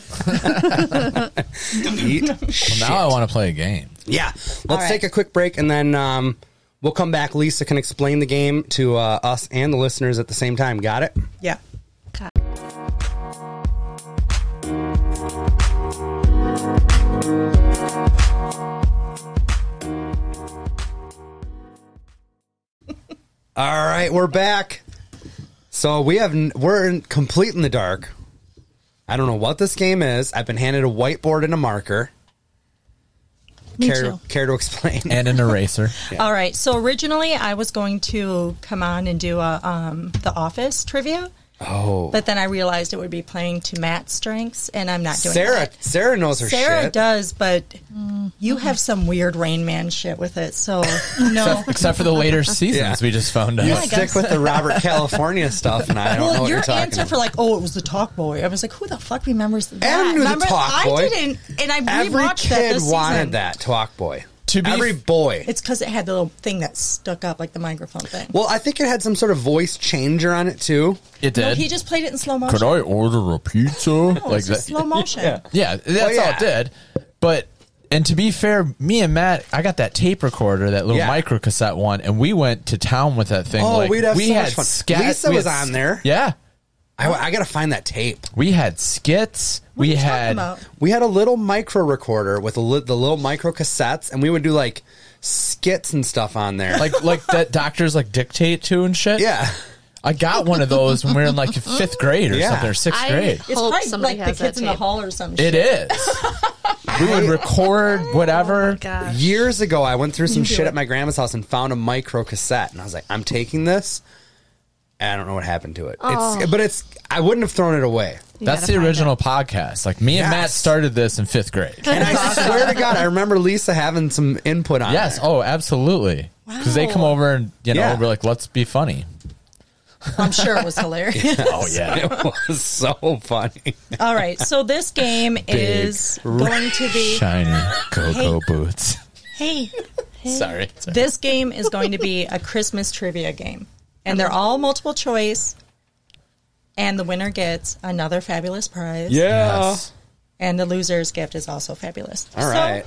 Speaker 2: I want to play a game.
Speaker 1: Yeah. Let's
Speaker 4: All right.
Speaker 1: take a quick break and then um, we'll come back. Lisa can explain the game to uh, us and the listeners at the same time. Got it?
Speaker 4: Yeah.
Speaker 1: All right, we're back. So we have n- we're in complete in the dark. I don't know what this game is. I've been handed a whiteboard and a marker.
Speaker 3: Me
Speaker 1: care,
Speaker 3: too.
Speaker 1: care to explain?
Speaker 2: And an eraser.
Speaker 4: All right. So originally, I was going to come on and do a um, the office trivia,
Speaker 1: Oh.
Speaker 4: But then I realized it would be playing to Matt's strengths, and I'm not doing
Speaker 1: Sarah,
Speaker 4: that.
Speaker 1: Sarah knows her
Speaker 4: Sarah
Speaker 1: shit.
Speaker 4: does, but you have some weird Rain Man shit with it. So [laughs] no,
Speaker 2: Except for
Speaker 3: [laughs]
Speaker 2: the later seasons,
Speaker 1: Yeah.
Speaker 2: we just
Speaker 3: Oh
Speaker 2: found out.
Speaker 1: You
Speaker 4: I
Speaker 1: stick
Speaker 4: guess.
Speaker 1: with the Robert
Speaker 4: [laughs]
Speaker 1: California stuff, and I don't know
Speaker 4: well,
Speaker 1: what
Speaker 4: your
Speaker 1: you're talking
Speaker 4: answer
Speaker 1: about.
Speaker 4: for like, oh, it was the Talk Boy. I was like, who the fuck remembers that?
Speaker 1: Adam knew the
Speaker 4: Remember,
Speaker 1: Talk
Speaker 4: I
Speaker 1: Boy.
Speaker 4: didn't, and I
Speaker 1: Every
Speaker 4: rewatched that
Speaker 1: kid
Speaker 4: this season.
Speaker 1: wanted that talk boy.
Speaker 2: To be
Speaker 1: every
Speaker 2: f-
Speaker 1: boy.
Speaker 4: It's because it had the little thing that stuck up, like the microphone thing.
Speaker 1: well, I think it had some sort of voice changer on it too.
Speaker 2: it
Speaker 4: no,
Speaker 2: did.
Speaker 4: he just played it in slow motion.
Speaker 2: order a pizza?
Speaker 4: No, it was just slow motion.
Speaker 2: Yeah, that's all
Speaker 1: yeah.
Speaker 2: it did. But and to be fair, me and Matt, I got that tape recorder, that little
Speaker 1: Yeah.
Speaker 2: micro cassette one, and we went to town with that thing.
Speaker 1: Oh,
Speaker 2: like,
Speaker 1: we'd have
Speaker 2: we
Speaker 1: so
Speaker 2: had
Speaker 1: much fun.
Speaker 2: scat-
Speaker 1: Lisa
Speaker 2: we
Speaker 1: was
Speaker 2: had s-
Speaker 1: on there.
Speaker 2: Yeah,
Speaker 1: I, I gotta find that tape.
Speaker 2: we had skits. we
Speaker 4: are you talking
Speaker 2: had
Speaker 4: about?
Speaker 1: We had a little micro recorder with a li- the little micro cassettes, and we would do like skits and stuff on there.
Speaker 2: [laughs]
Speaker 1: [laughs]
Speaker 2: like like that doctors like dictate to and shit.
Speaker 1: yeah,
Speaker 2: I got one of those when we were in like fifth grade or
Speaker 1: Yeah.
Speaker 2: something or sixth
Speaker 3: I-
Speaker 2: grade.
Speaker 4: It's
Speaker 3: Hope
Speaker 4: probably
Speaker 3: somebody
Speaker 4: like
Speaker 3: has
Speaker 4: the kids
Speaker 3: that
Speaker 4: in the
Speaker 3: tape.
Speaker 4: hall or some shit.
Speaker 2: It is. we would record whatever.
Speaker 3: Gosh.
Speaker 1: years ago, I went through some shit
Speaker 4: it.
Speaker 1: at my grandma's house and found a micro cassette, and I was like, I'm taking this. And I don't know what happened to it. It's, but it's I wouldn't have thrown it away.
Speaker 3: You
Speaker 2: That's
Speaker 3: gotta
Speaker 2: the
Speaker 3: find
Speaker 2: original
Speaker 3: it.
Speaker 2: podcast. Like me and Matt
Speaker 1: Yes.
Speaker 2: started this in fifth grade.
Speaker 1: And I swear to God, I remember Lisa having some input on
Speaker 2: Yes.
Speaker 1: there. [laughs]
Speaker 2: Oh, absolutely. Because they
Speaker 4: Wow.
Speaker 2: come over and you know
Speaker 1: Yeah.
Speaker 2: we're like, let's be funny.
Speaker 4: I'm sure
Speaker 1: [laughs]
Speaker 4: it was hilarious.
Speaker 2: Oh yeah.
Speaker 1: It was so funny.
Speaker 4: All right, so this game is going to be
Speaker 2: Shiny go-go boots.
Speaker 4: hey,
Speaker 2: Sorry.
Speaker 4: this game is going to be a Christmas trivia game, and they're all multiple choice, and the winner gets another fabulous prize,
Speaker 2: Yes.
Speaker 4: and the loser's gift is also fabulous.
Speaker 1: All right.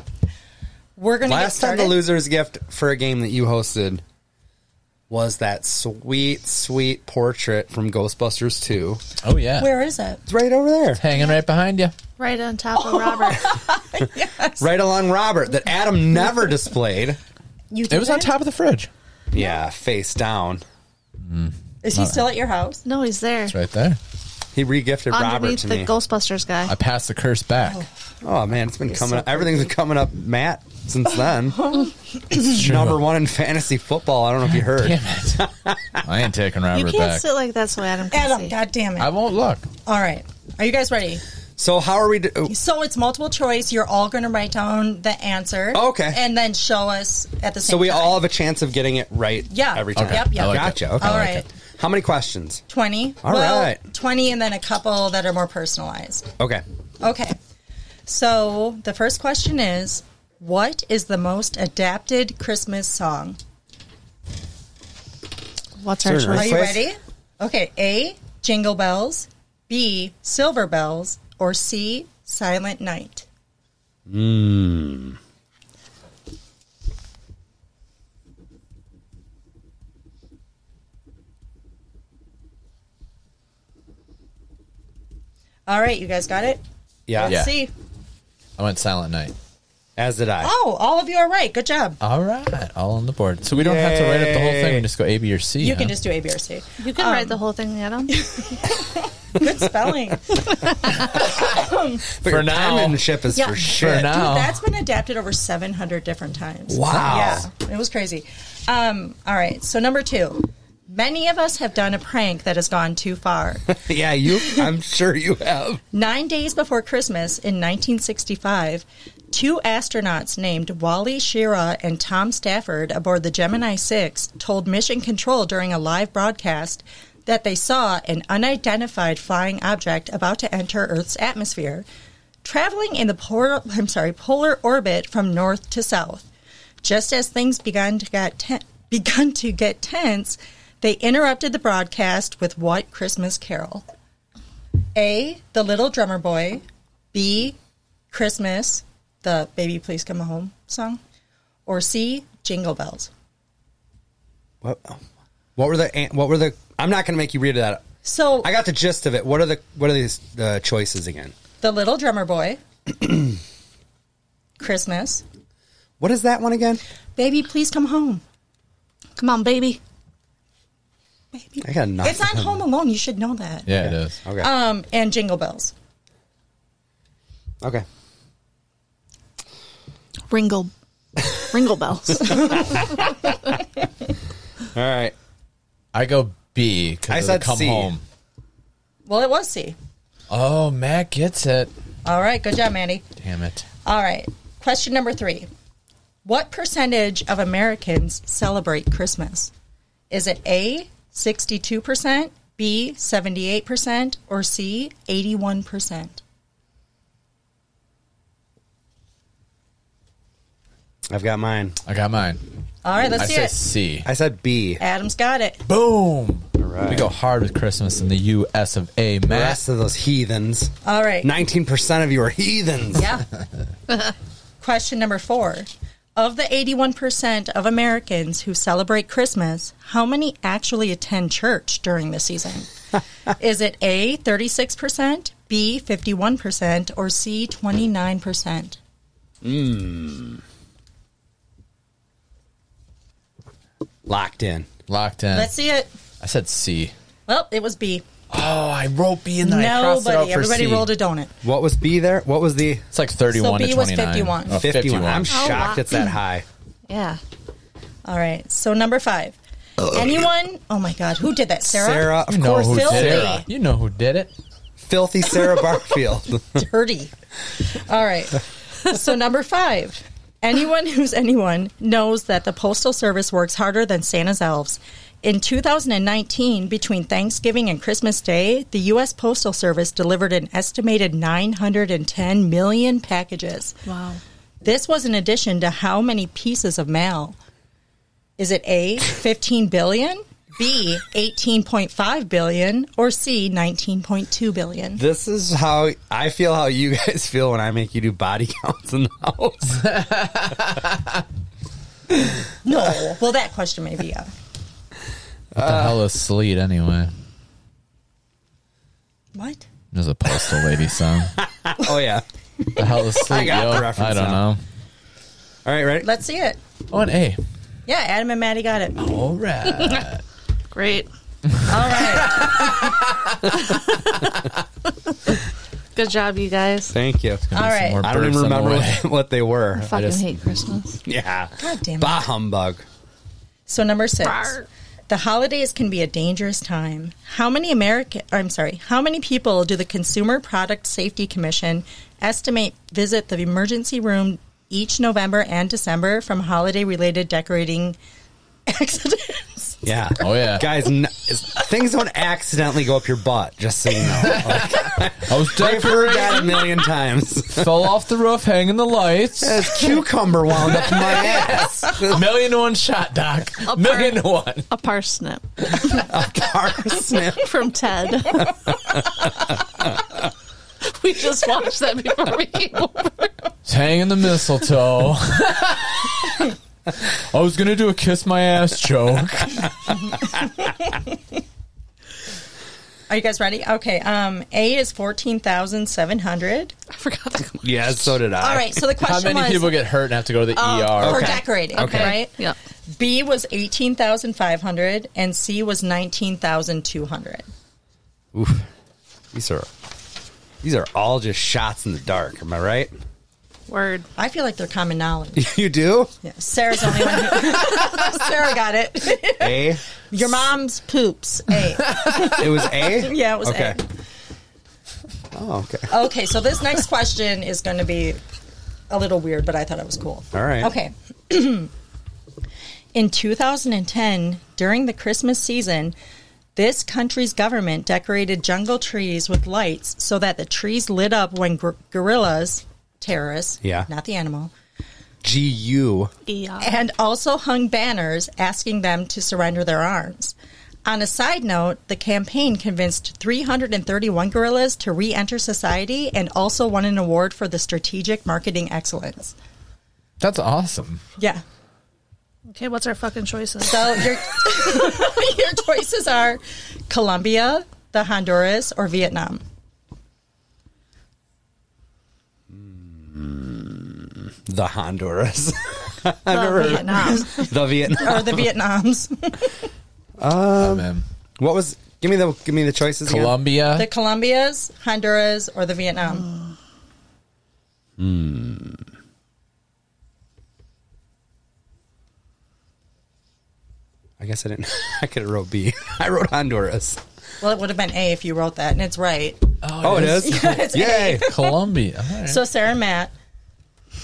Speaker 4: we're gonna
Speaker 1: Last
Speaker 4: get
Speaker 1: time
Speaker 4: started.
Speaker 1: the loser's gift for a game that you hosted was that sweet, sweet portrait from Ghostbusters 2.
Speaker 2: Oh yeah.
Speaker 4: Where is it?
Speaker 1: It's right over there.
Speaker 2: Hanging right behind you.
Speaker 3: Right on top of
Speaker 4: [laughs]
Speaker 3: Robert.
Speaker 1: [laughs] Right along Robert that Adam never displayed.
Speaker 4: You did
Speaker 2: It was on top of the fridge.
Speaker 1: Yeah, face down.
Speaker 4: Is he still at your house?
Speaker 3: No, he's there.
Speaker 2: It's right there.
Speaker 1: He regifted Robert
Speaker 3: Underneath
Speaker 1: to
Speaker 3: the
Speaker 1: me.
Speaker 3: Ghostbusters guy.
Speaker 2: I passed the curse back.
Speaker 1: oh man, it's been coming
Speaker 4: so
Speaker 1: up. Everything's been coming up Matt since
Speaker 4: [laughs]
Speaker 1: then.
Speaker 2: It's true.
Speaker 1: Number 1 in fantasy football. I don't know if you heard.
Speaker 2: Damn it. I ain't taking
Speaker 3: you
Speaker 2: Robert
Speaker 3: can't
Speaker 2: back.
Speaker 3: sit like that so Adam can
Speaker 4: Adam,
Speaker 3: see.
Speaker 4: God damn it!
Speaker 2: I won't look.
Speaker 4: All right, are you guys ready?
Speaker 1: So how are we do-
Speaker 4: So it's multiple choice. You're all going to write down the answer.
Speaker 1: Okay.
Speaker 4: And then show us at the same
Speaker 1: So we
Speaker 4: time.
Speaker 1: all have a chance of getting it right
Speaker 4: Yeah.
Speaker 1: every time.
Speaker 4: Okay. Yep, yep.
Speaker 2: I like
Speaker 1: gotcha.
Speaker 2: it.
Speaker 1: Okay.
Speaker 4: All
Speaker 1: I like
Speaker 4: right.
Speaker 1: it. How many questions?
Speaker 4: 20.
Speaker 1: All
Speaker 4: well,
Speaker 1: right.
Speaker 4: 20 and then a couple that are more personalized.
Speaker 1: Okay.
Speaker 4: Okay. So the first question is What is the most adapted Christmas song?
Speaker 3: What's our
Speaker 1: Sure.
Speaker 4: Are
Speaker 3: choice?
Speaker 4: you
Speaker 1: Choice?
Speaker 4: ready? Okay. A. Jingle Bells. B. Silver Bells. Or C. Silent Night. Hmm. All right, you guys got it?
Speaker 1: Yeah.
Speaker 2: Yeah.
Speaker 4: See.
Speaker 2: I went silent night.
Speaker 1: As did I.
Speaker 4: Oh, all of you are right. Good job.
Speaker 2: All right. All on the board. So we don't have to write up the whole thing. We just go A, B, or C.
Speaker 4: You
Speaker 2: huh?
Speaker 4: can just do A, B, or C. Um,
Speaker 3: You can write the whole thing,
Speaker 4: [laughs]
Speaker 3: Adam.
Speaker 4: Good spelling.
Speaker 3: [laughs]
Speaker 4: Dude,
Speaker 1: But
Speaker 2: For
Speaker 1: your
Speaker 2: now.
Speaker 1: penmanship is
Speaker 4: Yeah.
Speaker 1: for
Speaker 4: For
Speaker 1: shit.
Speaker 2: now. Wow.
Speaker 4: that's been adapted over 700 different times.
Speaker 1: Wow.
Speaker 4: Yeah, it was crazy. Um, all right, so number two. Many of us have done a prank that has gone too far.
Speaker 1: yeah, you. I'm sure you have.
Speaker 4: Nine days before Christmas in 1965, two astronauts named Wally Schirra and Tom Stafford aboard the Gemini 6 told Mission Control during a live broadcast that they saw an unidentified flying object about to enter Earth's atmosphere, traveling in the polar, I'm sorry, polar orbit from north to south. Just as things began to get ten- begun to get tense, they interrupted the broadcast with what Christmas carol? A. The Little Drummer Boy. B. Christmas, the Baby Please Come Home song. Or C. Jingle Bells.
Speaker 1: What? What were the? What were the? I'm not going to make you read that.
Speaker 4: So
Speaker 1: I got the gist of it. What are the? What are these uh, choices again?
Speaker 4: The Little Drummer Boy. [clears throat] Christmas.
Speaker 1: What is that one again?
Speaker 4: Baby Please Come Home.
Speaker 3: Come on, baby.
Speaker 4: Baby.
Speaker 1: I got nothing.
Speaker 4: It's on Home Alone. You should know that.
Speaker 2: Yeah, it is.
Speaker 1: Okay.
Speaker 4: Um, and Jingle Bells.
Speaker 1: okay.
Speaker 3: Ringle. Ringle bells.
Speaker 1: All right.
Speaker 2: I go B
Speaker 1: I
Speaker 2: because
Speaker 1: said
Speaker 2: come
Speaker 1: C.
Speaker 2: home.
Speaker 4: Well, it was C.
Speaker 2: Oh, Matt gets it.
Speaker 4: All right, good job, Mandy.
Speaker 2: Damn it.
Speaker 4: All right, question number three. What percentage of Americans celebrate Christmas? Is it A, 62%, B, 78%, or C, 81%?
Speaker 1: I've got mine.
Speaker 2: I got mine.
Speaker 4: All right, let's
Speaker 2: I
Speaker 4: see
Speaker 2: said
Speaker 4: it.
Speaker 2: C.
Speaker 1: I said B.
Speaker 4: Adam's got it.
Speaker 2: Boom.
Speaker 1: right.
Speaker 2: We go hard with Christmas in the U.S. of A.
Speaker 1: The
Speaker 2: Matt.
Speaker 1: rest of those heathens.
Speaker 4: All right.
Speaker 1: Nineteen percent of you are heathens.
Speaker 4: Yeah. [laughs] Question number four. Of the 81% of Americans who celebrate Christmas, how many actually attend church during
Speaker 2: [laughs]
Speaker 4: the season? Is it A, 36%, B, 51%, or C, 29%?
Speaker 1: Locked in.
Speaker 2: Locked in.
Speaker 4: Let's see it.
Speaker 2: I said C.
Speaker 4: Well, it was B.
Speaker 2: Oh, I wrote B and then I crossed it out
Speaker 4: Nobody.
Speaker 2: for
Speaker 4: Everybody
Speaker 2: C.
Speaker 4: rolled a donut.
Speaker 1: What was B there? What was the
Speaker 2: It's like 31
Speaker 4: So
Speaker 2: to
Speaker 4: B was
Speaker 2: 29.
Speaker 4: 51.
Speaker 2: Oh,
Speaker 1: 51.
Speaker 2: 51.
Speaker 1: I'm
Speaker 3: Oh,
Speaker 1: shocked
Speaker 3: wow.
Speaker 1: it's that high.
Speaker 3: Yeah.
Speaker 4: All right. So number five. Anyone? Oh my God. Who did that? Sarah?
Speaker 1: Sarah, of
Speaker 2: you know
Speaker 1: course,
Speaker 2: who
Speaker 4: filthy.
Speaker 2: did
Speaker 1: Sarah.
Speaker 2: it. You know who did it.
Speaker 1: Filthy Sarah
Speaker 4: [laughs]
Speaker 1: Barfield.
Speaker 4: dirty. All right. So number five. Anyone who's anyone knows that the Postal Service works harder than Santa's elves. In 2019, between Thanksgiving and Christmas Day, the U.S. Postal Service delivered an estimated 910 million packages.
Speaker 3: Wow.
Speaker 4: This was in addition to how many pieces of mail? Is it A, 15 billion, B, 18.5 billion, or C, 19.2 billion?
Speaker 1: This is how I feel how you [laughs] guys feel when I make you do body [laughs] counts in the house.
Speaker 4: No. Well, that question may be up.
Speaker 2: What the hell is Sleet anyway?
Speaker 4: What?
Speaker 2: There's a postal lady song.
Speaker 1: [laughs] oh yeah.
Speaker 2: What the hell is Sleet?
Speaker 1: got
Speaker 2: yo?
Speaker 1: the reference
Speaker 2: I
Speaker 1: now.
Speaker 2: don't know.
Speaker 1: All right, ready?
Speaker 4: Let's see it.
Speaker 2: Oh, an A.
Speaker 4: Yeah, Adam and Maddie got it. All
Speaker 2: All right.
Speaker 3: Great.
Speaker 4: right.
Speaker 3: Good job, you guys.
Speaker 1: Thank you.
Speaker 4: All right.
Speaker 1: I don't even remember what, [laughs] what they were.
Speaker 3: I fucking
Speaker 2: just-
Speaker 3: hate Christmas.
Speaker 1: Yeah.
Speaker 4: God damn it.
Speaker 1: Bah humbug.
Speaker 4: So number six.
Speaker 3: Rawr.
Speaker 4: The holidays can be a dangerous time. How many American I'm sorry, how many people do the Consumer Product Safety Commission estimate visit the emergency room each November and December from holiday related decorating [laughs] accidents?
Speaker 1: Yeah.
Speaker 2: Oh, yeah.
Speaker 1: Guys, n- is- things don't accidentally go up your butt. Just so you [laughs] know, Like,
Speaker 2: I was
Speaker 1: I've heard
Speaker 2: decorating.
Speaker 1: that a million [laughs] times.
Speaker 2: fell off the roof hanging the
Speaker 4: [laughs]
Speaker 2: lights.
Speaker 1: This cucumber wound up my [laughs] ass.
Speaker 2: Million to one shot, Doc. Million to one.
Speaker 3: A parsnip
Speaker 1: A parsnip.
Speaker 3: from Ted. we just watched that before we came over.
Speaker 2: It's hanging the
Speaker 4: [laughs]
Speaker 2: mistletoe. I was gonna do a kiss my ass
Speaker 4: [laughs]
Speaker 2: joke.
Speaker 4: Are you guys ready? Okay. Um A is fourteen thousand seven hundred.
Speaker 3: I forgot the question.
Speaker 1: Yeah, so did I.
Speaker 4: All right, so the
Speaker 2: How
Speaker 4: question
Speaker 2: many
Speaker 4: was Oh. uh,
Speaker 2: people get hurt and have to go to the ER?
Speaker 4: for
Speaker 1: Okay.
Speaker 4: decorating,
Speaker 1: Okay.
Speaker 4: right?
Speaker 3: Yep.
Speaker 4: B was 18,500 and C was 19,200.
Speaker 1: Oof. These are these are all just shots in the dark. Am I right?
Speaker 3: Word.
Speaker 4: I feel like they're common knowledge.
Speaker 1: You do?
Speaker 4: Yeah, Sarah's the only one. [laughs] Who, Sarah
Speaker 1: [laughs]
Speaker 4: got it.
Speaker 1: A.
Speaker 4: Your mom's poops. A.
Speaker 1: It was A.
Speaker 4: [laughs] Yeah, it was A.
Speaker 1: okay. Oh, okay.
Speaker 4: Okay, so this next question is going to be a little weird, but I thought it was cool.
Speaker 1: All right.
Speaker 4: Okay. [clears throat] In 2010, during the Christmas season, this country's government decorated jungle trees with lights so that the trees lit up when gor- gorillas, terrorists,
Speaker 1: Yeah.
Speaker 4: not the animal,
Speaker 1: G U.
Speaker 3: Yeah.
Speaker 4: and also hung banners asking them to surrender their arms. On a side note, the campaign convinced 331 gorillas to re enter society and also won an award for the strategic marketing excellence.
Speaker 2: That's awesome.
Speaker 4: Yeah.
Speaker 3: Okay, what's our fucking choices?
Speaker 4: So your, [laughs] your choices are Colombia, the Honduras, or Vietnam.
Speaker 1: The Honduras. [laughs]
Speaker 3: The Vietnam.
Speaker 1: the Vietnam.
Speaker 4: Or the Vietnams. [laughs] Um,
Speaker 2: Oh, man.
Speaker 1: What was? Give me the give me the choices. again.
Speaker 2: Colombia.
Speaker 4: the Colombias, Honduras, or the Vietnam.
Speaker 1: [laughs] I guess I didn't. I could have wrote B. I wrote Honduras.
Speaker 4: Well, it would have been A if you wrote that, and it's right.
Speaker 1: Oh, it [laughs] is.
Speaker 4: Yeah, it's
Speaker 1: Yay!
Speaker 2: Columbia. All right.
Speaker 4: So Sarah and Matt.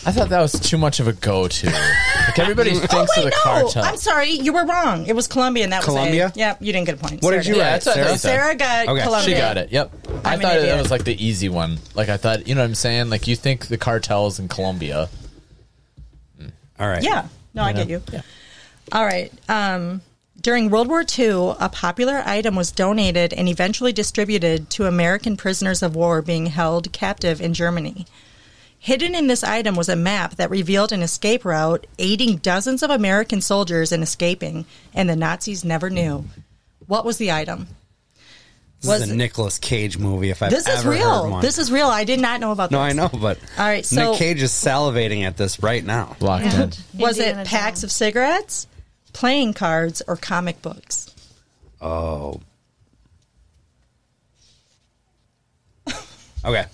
Speaker 2: I thought that was too much of a go-to. Like
Speaker 4: [laughs]
Speaker 2: everybody thinks of the cartel.
Speaker 4: Oh, I'm sorry, you were wrong. It was Columbia, and that
Speaker 1: Columbia?
Speaker 4: was A. Yep, you didn't get a point.
Speaker 1: What
Speaker 4: Sarah
Speaker 1: did you
Speaker 4: did.
Speaker 2: Yeah,
Speaker 1: write,
Speaker 2: that's what
Speaker 1: Sarah?
Speaker 2: I thought.
Speaker 4: Sarah got
Speaker 1: Okay, she
Speaker 4: Columbia.
Speaker 2: She got it. Yep. i
Speaker 4: I'm an
Speaker 2: thought it
Speaker 4: idiot.
Speaker 2: was like the easy one. Like I thought, you know what I'm saying? Like you think the cartels in Colombia.
Speaker 1: All right.
Speaker 4: Yeah. No, I
Speaker 2: know?
Speaker 4: get you. All right. Um, during World War II, a popular item was donated and eventually distributed to American prisoners of war being held captive in Germany. Hidden in this item was a map that revealed an escape route, aiding dozens of American soldiers in escaping, and the Nazis never knew. What was the item?
Speaker 1: This
Speaker 4: Was
Speaker 1: is a
Speaker 4: it-
Speaker 1: Nicolas Cage movie. If I've
Speaker 4: This is
Speaker 1: ever heard
Speaker 4: real.
Speaker 1: one.
Speaker 4: This is real. I did not know about this.
Speaker 1: no, I know, but
Speaker 4: All right, so-
Speaker 1: Nick Cage is salivating at this right now.
Speaker 2: Locked
Speaker 3: Yeah.
Speaker 2: in.
Speaker 4: Was
Speaker 3: Indiana
Speaker 4: it packs
Speaker 3: Jones.
Speaker 4: of cigarettes, playing cards, or comic books? [laughs]
Speaker 1: Oh. Okay.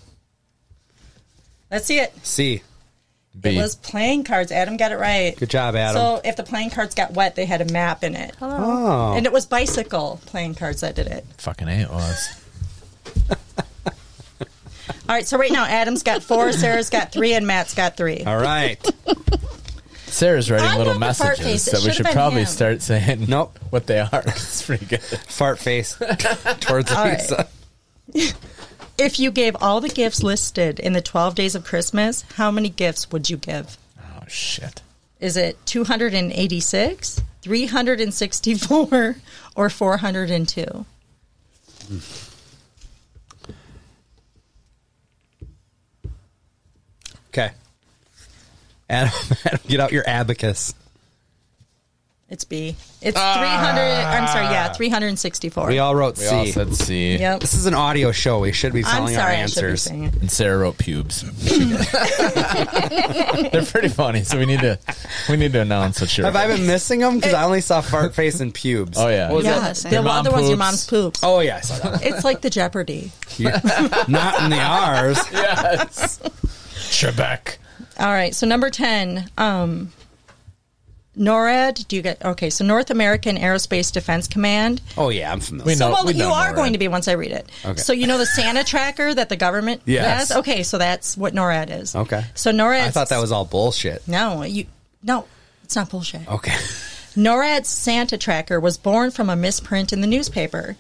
Speaker 4: Let's see it.
Speaker 1: C.
Speaker 2: B.
Speaker 4: It was playing cards. Adam got it right.
Speaker 1: Good job, Adam.
Speaker 4: So if the playing cards got wet, they had a map in it.
Speaker 3: Hello.
Speaker 1: oh.
Speaker 4: And it was bicycle playing cards that did it.
Speaker 2: Fucking A Oh, it was.
Speaker 4: All right, so right now Adam's
Speaker 1: [laughs]
Speaker 4: got four, Sarah's got three, and Matt's got three.
Speaker 1: All right.
Speaker 4: [laughs]
Speaker 2: Sarah's writing
Speaker 4: I'm
Speaker 2: little
Speaker 4: not the fart
Speaker 2: messages
Speaker 4: face. It
Speaker 2: that we
Speaker 4: should've
Speaker 2: should
Speaker 4: been
Speaker 2: probably
Speaker 4: him.
Speaker 2: start saying
Speaker 1: Nope.
Speaker 2: [laughs] what they are. It's pretty good.
Speaker 1: Fart
Speaker 2: [laughs]
Speaker 1: face towards
Speaker 4: right.
Speaker 1: Lisa.
Speaker 4: If you gave all the gifts listed in the 12 days of Christmas, how many gifts would you give?
Speaker 2: Oh shit.
Speaker 4: Is it 286, 364, [laughs] or 402?
Speaker 1: Okay. Adam, [laughs] Adam, get out your abacus.
Speaker 4: It's B. It's 300. I'm sorry, yeah, 364.
Speaker 1: We all wrote
Speaker 2: We
Speaker 1: C.
Speaker 2: all said C.
Speaker 4: yep.
Speaker 1: this is an audio show. We should be
Speaker 4: I'm
Speaker 1: telling our
Speaker 4: sorry, I should be
Speaker 1: answers.
Speaker 4: saying it.
Speaker 2: And Sarah wrote pubes. [laughs]
Speaker 4: [laughs]
Speaker 2: They're pretty funny, so we need to we need to announce what you're.
Speaker 1: Have I
Speaker 2: [laughs]
Speaker 1: been missing them? Because I only saw fart face and pubes.
Speaker 2: Oh yeah.
Speaker 1: What was
Speaker 3: Yeah.
Speaker 1: that?
Speaker 3: that?
Speaker 4: the
Speaker 3: Your
Speaker 2: mom
Speaker 4: other one's your
Speaker 2: poops.
Speaker 4: mom's poops.
Speaker 1: Oh yeah, I saw that.
Speaker 4: It's like the Jeopardy.
Speaker 1: You- [laughs] Not in the R's.
Speaker 2: Yes. Trebek.
Speaker 4: All right, so number 10, um, NORAD, do you get Okay, so North American Aerospace Defense Command.
Speaker 1: Oh yeah, I'm familiar.
Speaker 2: We know.
Speaker 4: well,
Speaker 2: we
Speaker 4: you
Speaker 2: know
Speaker 4: are
Speaker 2: NORAD.
Speaker 4: going to be once I read it.
Speaker 1: Okay.
Speaker 4: So you know the Santa tracker that the government
Speaker 1: Yes.
Speaker 4: has? Okay, so that's what NORAD is.
Speaker 1: Okay.
Speaker 4: So NORAD
Speaker 1: I thought that was all bullshit.
Speaker 4: No, you No, it's not bullshit.
Speaker 1: Okay.
Speaker 4: NORAD's Santa Tracker was born from a misprint in the newspaper.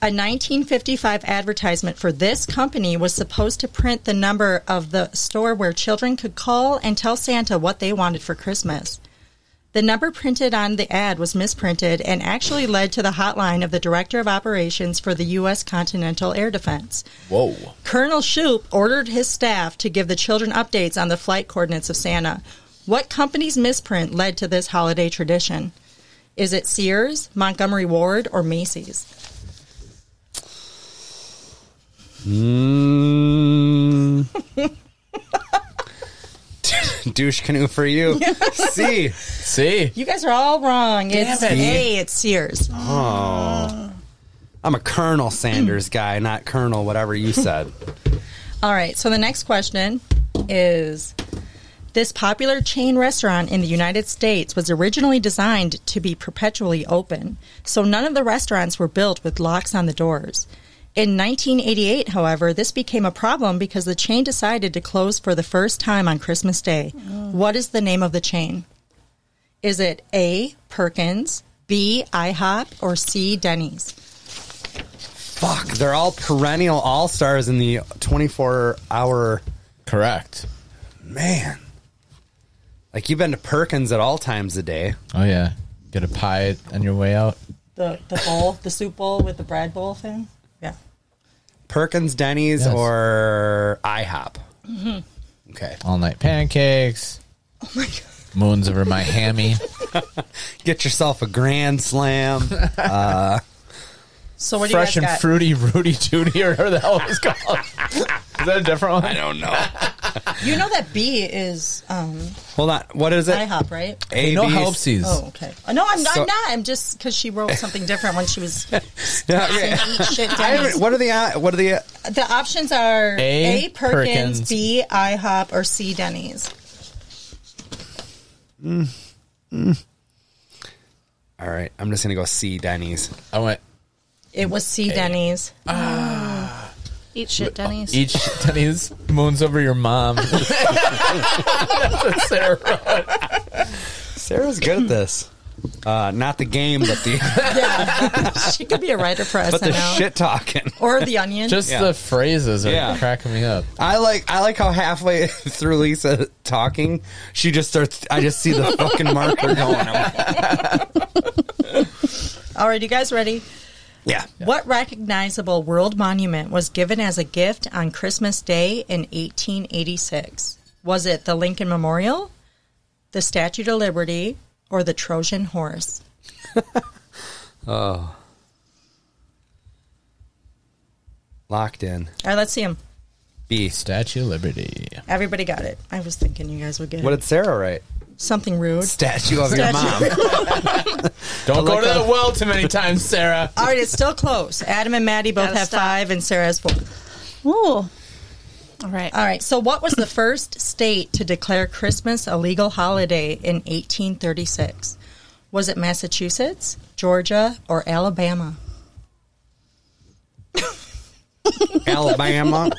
Speaker 4: A 1955 advertisement for this company was supposed to print the number of the store where children could call and tell Santa what they wanted for Christmas. The number printed on the ad was misprinted and actually led to the hotline of the Director of Operations for the U.S. Continental Air Defense.
Speaker 2: Whoa.
Speaker 4: Colonel Shoup ordered his staff to give the children updates on the flight coordinates of Santa. What company's misprint led to this holiday tradition? Is it Sears, Montgomery Ward, or Macy's?
Speaker 1: Mm. [laughs] Douche canoe for
Speaker 4: [laughs]
Speaker 1: you. C.
Speaker 2: See.
Speaker 4: You guys are all wrong. it's
Speaker 2: it.
Speaker 4: A, it's Sears.
Speaker 1: I'm a Colonel
Speaker 2: [clears throat]
Speaker 1: Sanders guy, not Colonel whatever
Speaker 2: [laughs]
Speaker 1: you said.
Speaker 4: All right, so the next question is this popular chain restaurant in the United States was originally designed to be perpetually open, so none of the restaurants were built with locks on the doors. In 1988, however, this became a problem because the chain decided to close for the first time on Christmas Day. What is the name of the chain? Is it A. Perkins, B. IHOP, or C. Denny's?
Speaker 1: Fuck, they're all perennial all stars in the 24 hour.
Speaker 2: Correct.
Speaker 1: Man. Like, you've been to Perkins at all times a day.
Speaker 2: Oh yeah. Get a pie on your way out.
Speaker 4: The, the bowl, the soup bowl with the bread bowl thing? Yeah.
Speaker 1: Perkins, Denny's,
Speaker 2: Yes. Mm-hmm.
Speaker 1: or IHOP. Okay.
Speaker 2: All night pancakes. Oh my god. Moons over my hammy.
Speaker 1: Get yourself a grand
Speaker 2: [laughs]
Speaker 1: slam.
Speaker 4: So what do
Speaker 2: Fresh
Speaker 4: you
Speaker 2: and
Speaker 4: guys got?
Speaker 2: fruity [laughs] Rudy Tooty or whatever the hell
Speaker 4: [laughs]
Speaker 2: it was called. Is that a different one?
Speaker 1: don't
Speaker 2: [laughs]
Speaker 1: know.
Speaker 4: You know that B is um,
Speaker 1: Hold on. What is it?
Speaker 4: IHOP, right?
Speaker 1: A,
Speaker 2: No
Speaker 1: B,
Speaker 2: helpsies.
Speaker 4: Oh, okay. Uh, No, I'm,
Speaker 1: So-
Speaker 4: I'm not. I'm just because she wrote something different when she
Speaker 1: [laughs]
Speaker 4: was
Speaker 1: Yeah,
Speaker 2: [laughs]
Speaker 1: okay.
Speaker 4: eat shit.
Speaker 1: I haven't-
Speaker 4: Denny's.
Speaker 1: what are the uh, what are the uh,
Speaker 4: The options are
Speaker 2: A,
Speaker 4: A, Perkins,
Speaker 2: Perkins.
Speaker 4: B IHOP, or C Denny's.
Speaker 1: All right, I'm just gonna go C Denny's.
Speaker 2: I went
Speaker 4: It was C.
Speaker 1: [laughs]
Speaker 4: Denny's.
Speaker 3: Eat shit, Denny's.
Speaker 2: Each Denny's moons over your
Speaker 4: [laughs]
Speaker 2: mom. [laughs] That's Sarah.
Speaker 1: Sarah's good at this. Uh, not the game, but
Speaker 2: [laughs]
Speaker 1: the
Speaker 4: [laughs] she could be a writer for SNL
Speaker 1: but the shit talking.
Speaker 4: or the Onion.
Speaker 2: Just
Speaker 1: Yeah.
Speaker 2: the phrases are
Speaker 1: Yeah.
Speaker 2: cracking me up.
Speaker 1: I like I like how halfway [laughs] through Lisa talking, she just starts. I just see the fucking marker going. I'm like,
Speaker 4: All right, you guys ready?
Speaker 1: yeah,
Speaker 4: What recognizable world monument was given as a gift on Christmas Day in 1886? Was it the Lincoln Memorial, the Statue of Liberty, or the Trojan Horse?
Speaker 1: locked in.
Speaker 4: All right, let's see them.
Speaker 1: B.
Speaker 2: Statue of Liberty.
Speaker 4: Everybody got it. I was thinking you guys would get
Speaker 1: What
Speaker 4: it.
Speaker 1: did Sarah write?
Speaker 4: Something rude.
Speaker 1: Statue of your mom.
Speaker 2: Don't
Speaker 1: like
Speaker 2: go to
Speaker 1: a-
Speaker 2: the well too many times, Sarah.
Speaker 4: All right, it's still close. Adam and Maddie both
Speaker 3: Gotta
Speaker 4: have
Speaker 3: stop.
Speaker 4: five, and Sarah has four.
Speaker 3: Ooh. All right.
Speaker 4: All right, so what was the first state to declare Christmas a legal holiday in 1836? Was it Massachusetts, Georgia, or Alabama?
Speaker 1: Alabama.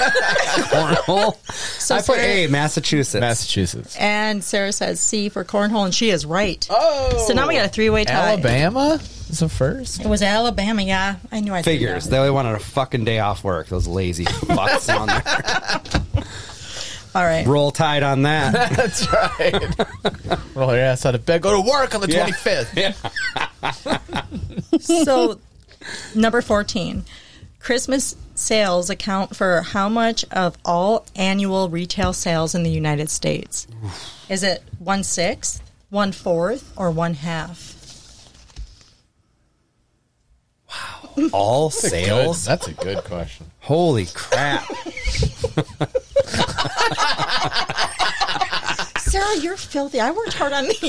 Speaker 1: Cornhole.
Speaker 4: So
Speaker 1: I put
Speaker 4: Sarah-
Speaker 1: A, Massachusetts.
Speaker 2: [laughs] Massachusetts.
Speaker 4: And Sarah says C for cornhole, and she is right. Oh, so now we got a three-way tie.
Speaker 2: Alabama is the first.
Speaker 4: [laughs] It was Alabama. Yeah, I knew I threw
Speaker 1: Figures.
Speaker 4: that.
Speaker 1: They only wanted a fucking day off work. Those lazy fucks on there.
Speaker 4: All right,
Speaker 1: Roll tide on [laughs] that.
Speaker 2: That's right. [laughs] Roll your ass out of bed. Go to work on the
Speaker 1: Yeah.
Speaker 2: 25th.
Speaker 4: so [laughs] number fourteen, Christmas sales account for how much of all annual retail sales in the United States? Is it one sixth, one fourth, or one half?
Speaker 1: All
Speaker 2: Good.
Speaker 1: sales.
Speaker 2: That's a good question.
Speaker 1: Holy crap.
Speaker 4: Sarah, you're filthy. I worked hard on
Speaker 1: [laughs]
Speaker 4: these. [laughs]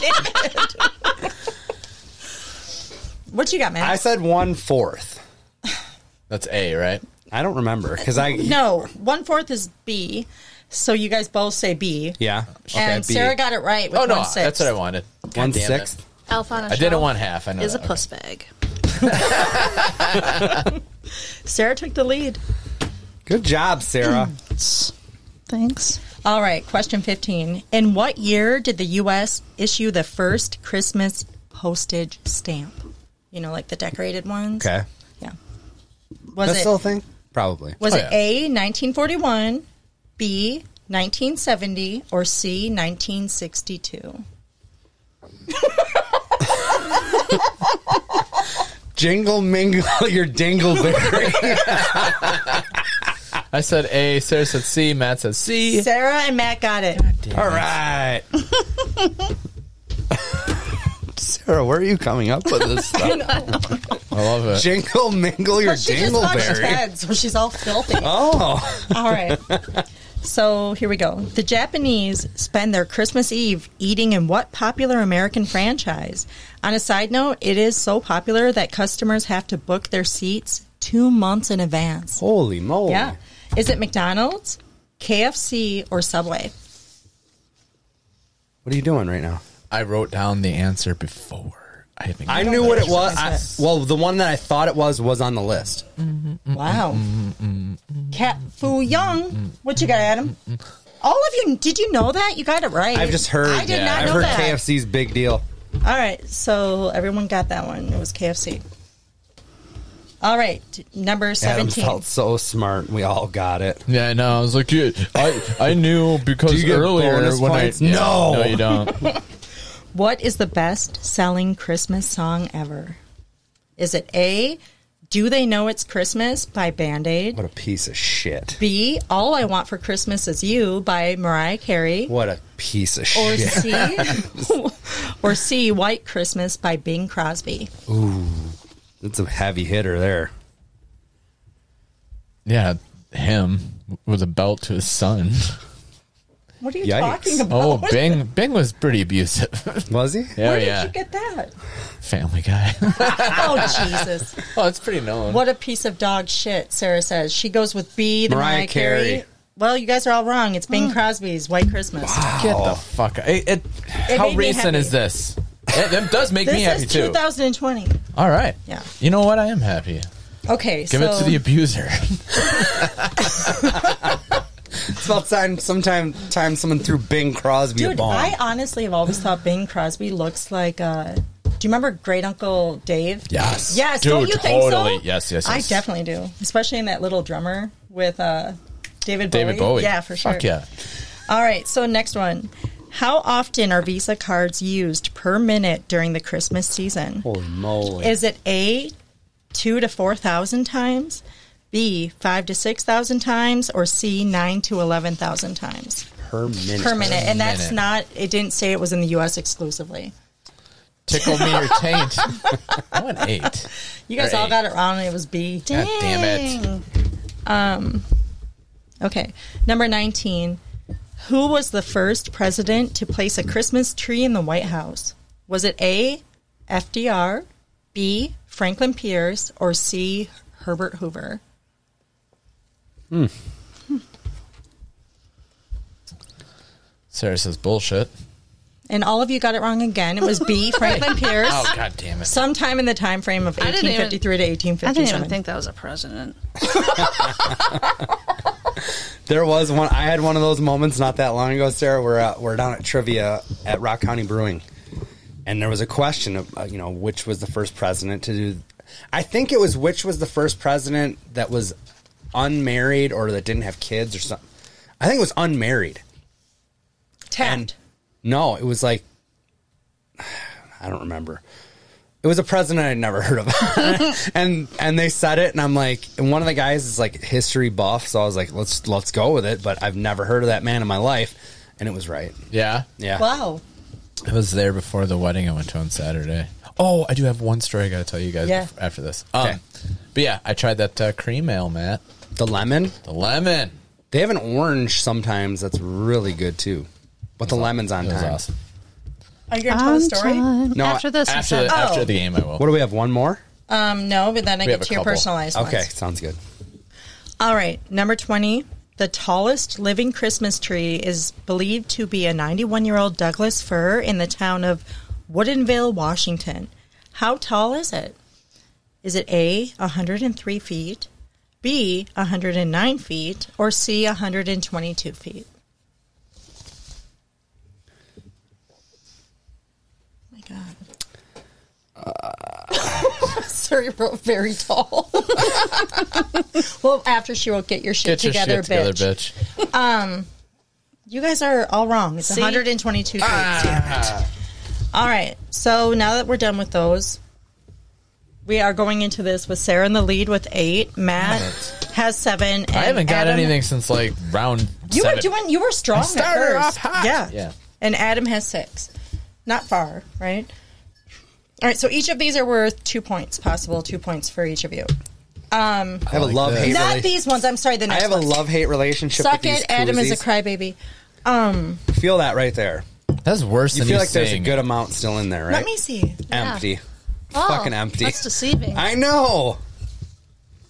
Speaker 4: Damn it. What you got, man?
Speaker 1: I said one fourth.
Speaker 2: That's A, right?
Speaker 1: I don't remember because I
Speaker 4: No, one fourth is B. So you guys both say B.
Speaker 1: yeah.
Speaker 4: and
Speaker 1: B.
Speaker 4: Sarah got it right with
Speaker 2: Oh, no.
Speaker 4: one sixth.
Speaker 2: That's what I wanted. God
Speaker 1: one
Speaker 2: damn it.
Speaker 1: sixth.
Speaker 3: Elf on a
Speaker 2: I didn't
Speaker 3: Shelf
Speaker 2: want half. I know.
Speaker 3: Is a
Speaker 2: that.
Speaker 3: puss bag.
Speaker 4: Sarah took the lead.
Speaker 1: Good job, Sarah.
Speaker 4: Hmm.
Speaker 3: Thanks.
Speaker 4: All right, question 15. In what year did the U.S. issue the first Christmas postage stamp? You know, like the decorated ones?
Speaker 1: okay.
Speaker 4: Yeah. Was
Speaker 1: That's
Speaker 4: it
Speaker 1: still a thing? Probably.
Speaker 4: was
Speaker 2: Oh,
Speaker 4: it
Speaker 2: yeah.
Speaker 4: A 1941, B 1970 or C 1962?
Speaker 1: Jingle mingle [laughs] your
Speaker 4: [laughs]
Speaker 1: dingleberry.
Speaker 2: I said A. Sarah said C. Matt said C.
Speaker 4: Sarah and Matt got it.
Speaker 1: All
Speaker 4: [laughs]
Speaker 1: right. Sarah, where are you coming up with this stuff?
Speaker 2: I love it.
Speaker 1: Jingle mingle your
Speaker 4: [laughs] She just watched
Speaker 1: dingleberry.
Speaker 4: Ted, so she's all filthy.
Speaker 1: Oh.
Speaker 4: All right. So here we go. The Japanese spend their Christmas Eve eating in what popular American franchise? On a side note, it is so popular that customers have to book their seats two months in advance.
Speaker 1: Holy moly.
Speaker 4: Yeah. Is it McDonald's, KFC, or Subway?
Speaker 1: What are you doing right now?
Speaker 2: I wrote down the answer before. I think
Speaker 1: I knew what it was. I, well, the one that I thought it was was on the list.
Speaker 4: Wow. Cat Fu Young. What you got, Adam? All of you, did you know that? You got it right.
Speaker 1: I've just heard.
Speaker 4: I did
Speaker 1: yeah,
Speaker 4: not
Speaker 1: I've
Speaker 4: know
Speaker 1: heard
Speaker 4: that.
Speaker 1: KFC's big deal.
Speaker 4: All right, so everyone got that one. It was KFC. All right, number
Speaker 1: Adam
Speaker 4: 17.
Speaker 1: felt so smart. We all got it.
Speaker 2: Yeah, I know. I was like, yeah, I I knew
Speaker 1: Do
Speaker 2: because
Speaker 1: you get
Speaker 2: earlier
Speaker 1: bonus
Speaker 2: when I
Speaker 1: points? No.
Speaker 2: no, you don't.
Speaker 4: What is the best selling Christmas song ever? Is it A, Do They Know It's Christmas by Band Aid?
Speaker 1: What a piece of shit.
Speaker 4: B, All I Want for Christmas Is You by Mariah Carey?
Speaker 1: What a piece of
Speaker 4: Or
Speaker 1: shit.
Speaker 4: C,
Speaker 1: [laughs]
Speaker 4: [laughs] or C, White Christmas by Bing Crosby?
Speaker 1: It's a heavy hitter there.
Speaker 2: Yeah, him with a belt to his
Speaker 4: [laughs]
Speaker 2: son.
Speaker 4: What are you
Speaker 1: Yikes.
Speaker 4: talking about?
Speaker 2: Oh, Bing Bing was pretty abusive.
Speaker 1: Was he?
Speaker 2: Yeah,
Speaker 4: [laughs] Where did
Speaker 2: yeah.
Speaker 4: you get that?
Speaker 2: Family guy. [laughs]
Speaker 4: Oh, Jesus.
Speaker 2: oh, it's pretty known.
Speaker 4: What a piece of dog shit, Sarah says. She goes with B, the Mariah,
Speaker 1: Mariah
Speaker 4: Carey,
Speaker 1: Carey.
Speaker 4: Well, you guys are all wrong. It's Bing Crosby's White Christmas.
Speaker 2: Get the fuck out. It, it-
Speaker 4: made
Speaker 2: how
Speaker 4: me
Speaker 2: recent
Speaker 4: happy.
Speaker 2: is this? It, it does make me
Speaker 4: This
Speaker 2: happy
Speaker 4: is
Speaker 2: too.
Speaker 4: 2020.
Speaker 2: All right.
Speaker 4: Yeah.
Speaker 2: You know what? I am happy.
Speaker 4: Okay,
Speaker 2: Give
Speaker 4: so
Speaker 2: it to the abuser. [laughs]
Speaker 1: It's about time sometime time someone threw Bing Crosby a
Speaker 4: dude,
Speaker 1: bomb.
Speaker 4: I honestly have always thought Bing Crosby looks like. Uh, do you remember Great Uncle Dave?
Speaker 2: Yes.
Speaker 4: Yes.
Speaker 2: Dude,
Speaker 4: don't you
Speaker 2: totally.
Speaker 4: think so?
Speaker 2: Yes, yes,
Speaker 4: I
Speaker 2: yes.
Speaker 4: definitely do, especially in that little drummer with uh, David Bowie.
Speaker 2: David Bowie.
Speaker 4: Yeah, for sure.
Speaker 2: Fuck yeah.
Speaker 4: All right, so next one. How often are Visa cards used per minute during the Christmas season?
Speaker 1: Holy moly!
Speaker 4: Is it A, two to 4,000 times, B, five to 6,000 times, or C, nine to 11,000 times
Speaker 1: per minute.
Speaker 4: per minute? And that's
Speaker 2: minute.
Speaker 4: not, it didn't say it was in the U.S. exclusively.
Speaker 2: Tickle me or
Speaker 4: [laughs]
Speaker 2: taint. I want eight.
Speaker 4: You guys
Speaker 2: Or
Speaker 4: all
Speaker 2: eight.
Speaker 4: got it wrong. It was B.
Speaker 2: God damn it.
Speaker 4: Okay. Number 19. Who was the first president to place a Christmas tree in the White House? Was it A, FDR, B, Franklin Pierce, or C, Herbert Hoover?
Speaker 2: Sarah says bullshit.
Speaker 4: And all of you got it wrong again. It was
Speaker 2: [laughs]
Speaker 4: B, Franklin Pierce.
Speaker 2: Oh, god damn it.
Speaker 4: Sometime in the time frame of
Speaker 3: I didn't even-
Speaker 4: 1853 to
Speaker 3: I
Speaker 4: 1857.
Speaker 3: didn't even think that was a president.
Speaker 1: There was one. I had one of those moments not that long ago, Sarah. We're uh, we're down at trivia at Rock County Brewing, and there was a question of uh, you know which was the first president to do. I think it was which was the first president that was unmarried or that didn't have kids or something. I think it was unmarried.
Speaker 4: Taft.
Speaker 1: And no, it was like I don't remember. It was a president I'd never heard of, [laughs] and and they said it, and I'm like, and one of the guys is like history buff, so I was like, let's let's go with it. But I've never heard of that man in my life, and it was right.
Speaker 2: Yeah.
Speaker 1: Yeah,
Speaker 4: Wow.
Speaker 2: I was there before the wedding I went to on Saturday. Oh, I do have one story I got to tell you guys
Speaker 4: Yeah.
Speaker 2: bef- after this. Um,
Speaker 1: Okay.
Speaker 2: But yeah, I tried that uh, cream ale, Matt.
Speaker 1: the lemon.
Speaker 2: The lemon.
Speaker 1: They have an orange sometimes that's really good too, but the lemon's on
Speaker 2: That was
Speaker 1: time.
Speaker 2: awesome.
Speaker 4: Are you going to tell the story?
Speaker 1: No,
Speaker 3: after this, he
Speaker 2: After
Speaker 3: said-
Speaker 2: the, after
Speaker 4: Oh.
Speaker 2: the game, I will.
Speaker 1: What do we have? One more?
Speaker 4: Um, no, but then I
Speaker 2: have
Speaker 4: get
Speaker 2: a
Speaker 4: to your
Speaker 2: couple.
Speaker 4: personalized ones.
Speaker 1: Okay, sounds good.
Speaker 4: All right, number 20. The tallest living Christmas tree is believed to be a 91 year old Douglas fir in the town of Woodinville, Washington. How tall is it? Is it A, 103 feet, B, 109 feet, or C, 122 feet? Oh my God. Uh. [laughs] Sorry, wrote very tall. [laughs] well, after she wrote, get your shit,
Speaker 2: Get your
Speaker 4: together,
Speaker 2: shit together,
Speaker 4: bitch.
Speaker 2: bitch.
Speaker 4: You guys are all wrong. It's
Speaker 3: See?
Speaker 4: 122 feet. All right. So now that we're done with those, we are going into this with Sarah in the lead with eight. Matt has seven. And
Speaker 2: I haven't got
Speaker 4: Adam-
Speaker 2: anything since like round
Speaker 4: You
Speaker 2: seven.
Speaker 4: were doing. You were strong.
Speaker 2: started
Speaker 4: at first.
Speaker 2: off hot.
Speaker 4: Yeah.
Speaker 2: Yeah.
Speaker 4: And Adam has six. Not far, right? All right. So each of these are worth two points. Possible two points for each of you. Um,
Speaker 1: I have a love hate.
Speaker 4: Not
Speaker 1: Rela-
Speaker 4: these ones. I'm sorry. The
Speaker 1: I
Speaker 4: next
Speaker 1: have a
Speaker 4: ones.
Speaker 1: love hate relationship.
Speaker 4: Suck
Speaker 1: with these
Speaker 4: it. Adam is a
Speaker 1: koozies.
Speaker 4: crybaby. Um,
Speaker 1: Feel that right there.
Speaker 2: That's worse
Speaker 1: You
Speaker 2: than
Speaker 1: feel
Speaker 2: you
Speaker 1: like there's a
Speaker 2: saying-
Speaker 1: good amount still in there, right?
Speaker 4: Let me see.
Speaker 1: empty.
Speaker 3: Oh,
Speaker 1: Fucking empty.
Speaker 3: That's deceiving.
Speaker 1: I know.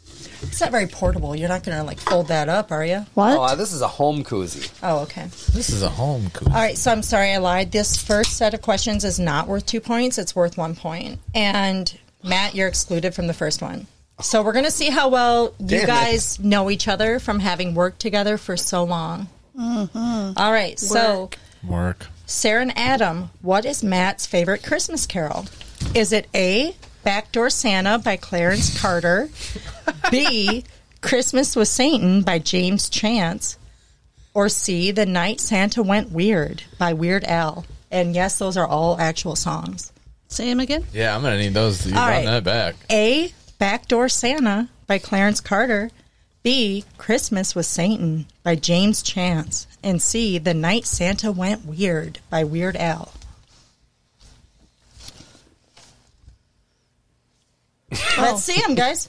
Speaker 4: It's not very portable. You're not going to like fold that up, are you?
Speaker 3: what?
Speaker 1: Oh, this is a home koozie.
Speaker 4: Oh, okay.
Speaker 2: This is a home cool.
Speaker 4: All right, so I'm sorry I lied. This first set of questions is not worth two points, it's worth one point. And Matt, you're excluded from the first one. So we're going to see how well you
Speaker 1: Damn it.
Speaker 4: guys know each other from having worked together for so long. All right, so
Speaker 2: Work.
Speaker 4: Sarah and Adam, what is Matt's favorite Christmas carol? Is it A, Backdoor Santa by Clarence Carter, B, Christmas with Satan by James Chance, or C, The Night Santa Went Weird by Weird Al? And yes, those are all actual songs.
Speaker 3: Say him again.
Speaker 2: Yeah, I'm gonna need those. You
Speaker 4: All
Speaker 2: run
Speaker 4: right.
Speaker 2: that back.
Speaker 4: A, Backdoor Santa by Clarence Carter, B, Christmas with Satan by James Chance, and C, The Night Santa Went Weird by Weird Al. Let's see them, guys.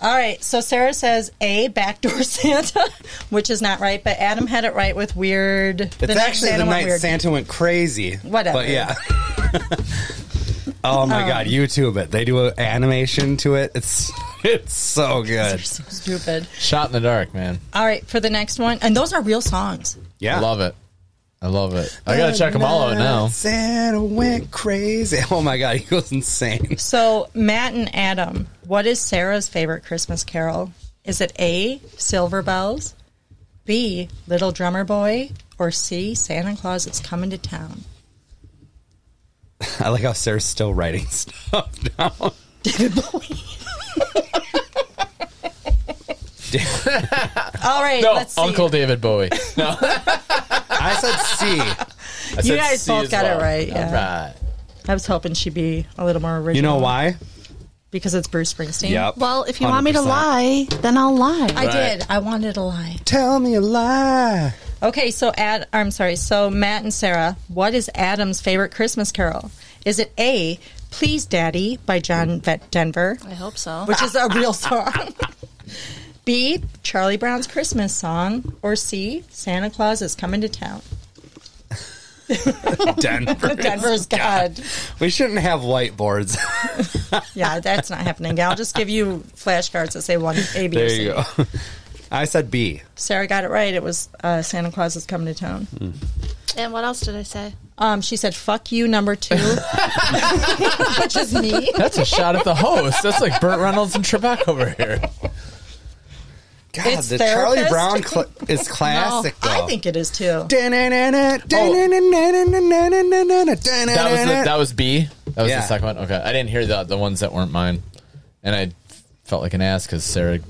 Speaker 4: All right, so Sarah says A, backdoor [laughs] Santa, which is not right, but Adam had it right with weird.
Speaker 1: It's actually the night Santa went crazy.
Speaker 4: Whatever.
Speaker 1: But
Speaker 3: [laughs]
Speaker 1: yeah.
Speaker 3: Oh.
Speaker 1: oh my god, YouTube it. They do an animation to it. It's it's so
Speaker 4: They're
Speaker 1: good.
Speaker 4: so stupid.
Speaker 2: Shot in the dark, man.
Speaker 4: All right, for the next one, and those are real songs.
Speaker 1: Yeah,
Speaker 2: I love it. I love it. I gotta check them all out now.
Speaker 1: Santa went crazy. Oh my god, he goes insane.
Speaker 4: So Matt and Adam, what is Sarah's favorite Christmas carol? Is it A. Silver Bells, B. Little Drummer Boy, or C. Santa Claus is coming to town?
Speaker 1: I like how Sarah's still writing [laughs] stuff down.
Speaker 4: All right,
Speaker 2: No,
Speaker 4: let's see.
Speaker 2: Oh, Uncle David Bowie.
Speaker 1: I said C.
Speaker 2: I
Speaker 4: You
Speaker 2: said
Speaker 4: guys
Speaker 2: C
Speaker 4: both
Speaker 2: as
Speaker 4: got it
Speaker 2: well.
Speaker 4: right,
Speaker 2: All
Speaker 4: [laughs] yeah.
Speaker 2: right.
Speaker 4: I was hoping she'd be a little more original.
Speaker 1: You know why?
Speaker 4: Because it's Bruce Springsteen.
Speaker 1: Yep.
Speaker 3: Well, if you want me to
Speaker 1: 100%.
Speaker 3: lie, then I'll lie.
Speaker 4: I
Speaker 2: Right.
Speaker 4: did. I wanted a lie.
Speaker 1: tell me a lie.
Speaker 3: [laughs]
Speaker 4: Okay, so Ad, I'm sorry. So Matt and Sarah, what is Adam's favorite Christmas carol? Is it A, Please Daddy by John Ve- Denver,
Speaker 3: I hope so.
Speaker 4: which is a real song? [laughs] B, Charlie Brown's Christmas song, or C, Santa Claus is coming to town?
Speaker 1: Denver. [laughs]
Speaker 4: Denver's God.
Speaker 1: We shouldn't have whiteboards.
Speaker 4: Yeah, that's not happening. I'll just give you flashcards that say one A, B, or
Speaker 1: there
Speaker 4: C.
Speaker 1: you go. [laughs] I said B.
Speaker 4: Sarah got it right. It was uh, Santa Claus is coming to town.
Speaker 3: And what else did I say?
Speaker 4: Um, she said, "Fuck you, number
Speaker 1: [laughs]
Speaker 4: two, [laughs] which is me.
Speaker 2: That's a shot at the host. That's like Burt Reynolds and Trebek over here.
Speaker 1: God,
Speaker 4: It's
Speaker 1: the Charlie
Speaker 4: therapist?
Speaker 1: Brown cl-
Speaker 4: [laughs]
Speaker 1: is classic.
Speaker 4: I
Speaker 1: though. Oh.
Speaker 4: think it is too.
Speaker 1: Da-na-na-na, da-na-na-na-na-na-na-na,
Speaker 2: That was the,
Speaker 1: da-na-na-na.
Speaker 2: that was B. That was
Speaker 1: Yeah.
Speaker 2: the second one. Okay, I didn't hear the the ones that weren't mine, and I felt like an ass because Sarah.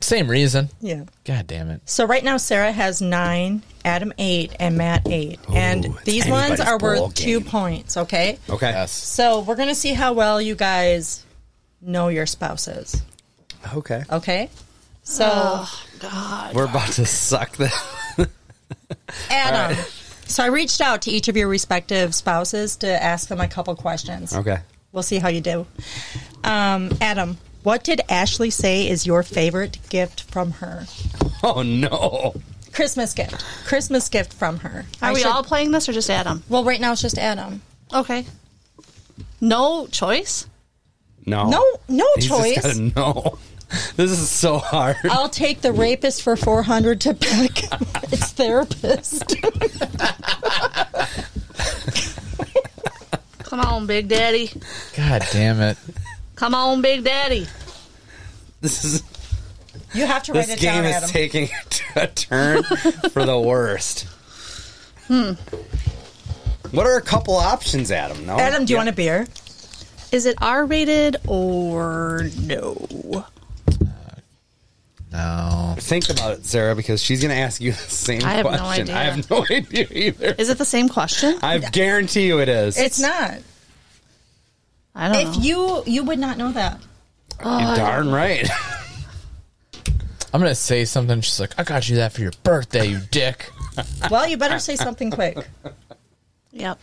Speaker 2: Same reason.
Speaker 4: Yeah.
Speaker 2: God damn it.
Speaker 4: So right now, Sarah has nine, Adam eight, and Matt eight, and
Speaker 1: it's
Speaker 4: these ones
Speaker 1: anybody's
Speaker 4: are
Speaker 1: ball
Speaker 4: worth two
Speaker 1: game.
Speaker 4: points. Okay.
Speaker 1: Okay.
Speaker 2: Yes.
Speaker 4: So we're gonna see how well you guys know your spouses.
Speaker 1: Okay.
Speaker 4: Okay. So
Speaker 1: We're about to suck this. [laughs]
Speaker 4: Adam. So I reached out to each of your respective spouses to ask them a couple questions.
Speaker 1: Okay.
Speaker 4: We'll see how you do. Um, Adam, what did Ashley say is your favorite gift from her?
Speaker 1: Oh no.
Speaker 4: Christmas gift. Christmas gift from her.
Speaker 3: Are
Speaker 4: I
Speaker 3: we
Speaker 4: should-
Speaker 3: all playing this or just Adam?
Speaker 4: Well, right now it's just Adam.
Speaker 3: Okay. No choice?
Speaker 1: No.
Speaker 4: No, no
Speaker 1: He's
Speaker 4: choice.
Speaker 1: Just gotta know. This is so hard.
Speaker 4: I'll take the rapist for 400
Speaker 1: [laughs]
Speaker 4: to pick its therapist.
Speaker 3: Come on, Big Daddy.
Speaker 2: God damn it.
Speaker 3: Come on, Big Daddy.
Speaker 1: This is
Speaker 4: You have to write
Speaker 1: this
Speaker 4: it down,
Speaker 1: game is
Speaker 4: Adam.
Speaker 1: taking a turn for the worst. Hmm. What are a couple options, Adam? No.
Speaker 4: Adam, do you want a beer?
Speaker 3: Is it R rated or no?
Speaker 2: No.
Speaker 1: Think about it, Sarah, because she's going to ask you [laughs] the same
Speaker 3: I have no
Speaker 1: question.
Speaker 3: idea.
Speaker 1: I have no [laughs] idea either.
Speaker 3: Is it the same question?
Speaker 1: I guarantee you it is.
Speaker 4: It's not.
Speaker 3: I don't know.
Speaker 4: If you you would not know that.
Speaker 1: You're
Speaker 3: [laughs]
Speaker 1: darn right. [laughs]
Speaker 2: I'm gonna say something. She's like, I got you that for your birthday, you dick.
Speaker 4: Well, you better say
Speaker 3: [laughs]
Speaker 4: something quick.
Speaker 3: yep.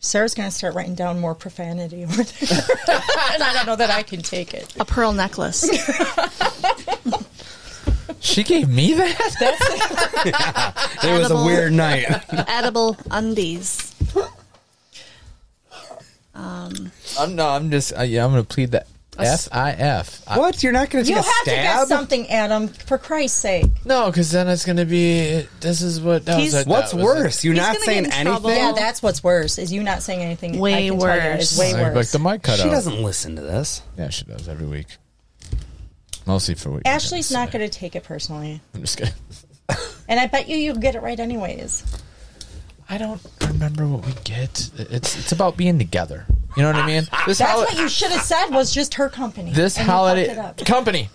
Speaker 4: Sarah's going to start writing down more profanity over there. [laughs] and I don't know that I can take it.
Speaker 3: A pearl necklace. [laughs]
Speaker 2: She gave me [laughs] that.
Speaker 1: It was a
Speaker 3: Edible.
Speaker 1: weird night. [laughs]
Speaker 3: Edible undies.
Speaker 2: I'm, no, I'm just. Uh, yeah, I'm gonna plead that. F I F. I-
Speaker 1: what? You're not going to
Speaker 4: You
Speaker 1: take
Speaker 4: have
Speaker 1: a
Speaker 4: to guess
Speaker 1: stab?
Speaker 4: something, Adam, for Christ's sake.
Speaker 2: No, because then it's gonna be. This is what. That
Speaker 3: He's-
Speaker 2: was, what
Speaker 1: What's
Speaker 2: that was
Speaker 1: worse? You're
Speaker 3: He's
Speaker 1: not
Speaker 3: gonna get
Speaker 1: saying
Speaker 3: in
Speaker 1: anything?
Speaker 3: trouble.
Speaker 4: Yeah, that's what's worse is you not saying anything.
Speaker 3: Way
Speaker 4: I can tell you
Speaker 3: worse.
Speaker 4: is way
Speaker 2: Like,
Speaker 4: worse.
Speaker 2: like the mic cut
Speaker 1: She
Speaker 2: out.
Speaker 1: doesn't listen to this.
Speaker 2: Yeah, she does every week. Mostly for what you're
Speaker 4: Ashley's
Speaker 2: gonna
Speaker 4: not
Speaker 2: say.
Speaker 4: going to take it personally,
Speaker 2: I'm just kidding.
Speaker 4: and I bet you you'll get it right anyways.
Speaker 2: I don't remember what we get. It's it's about being together. You know what I
Speaker 4: [laughs]
Speaker 2: mean? This
Speaker 4: That's
Speaker 2: holi-
Speaker 4: what you should have said was just her company.
Speaker 2: this
Speaker 4: and you fucked
Speaker 2: holiday
Speaker 4: it up.
Speaker 2: company.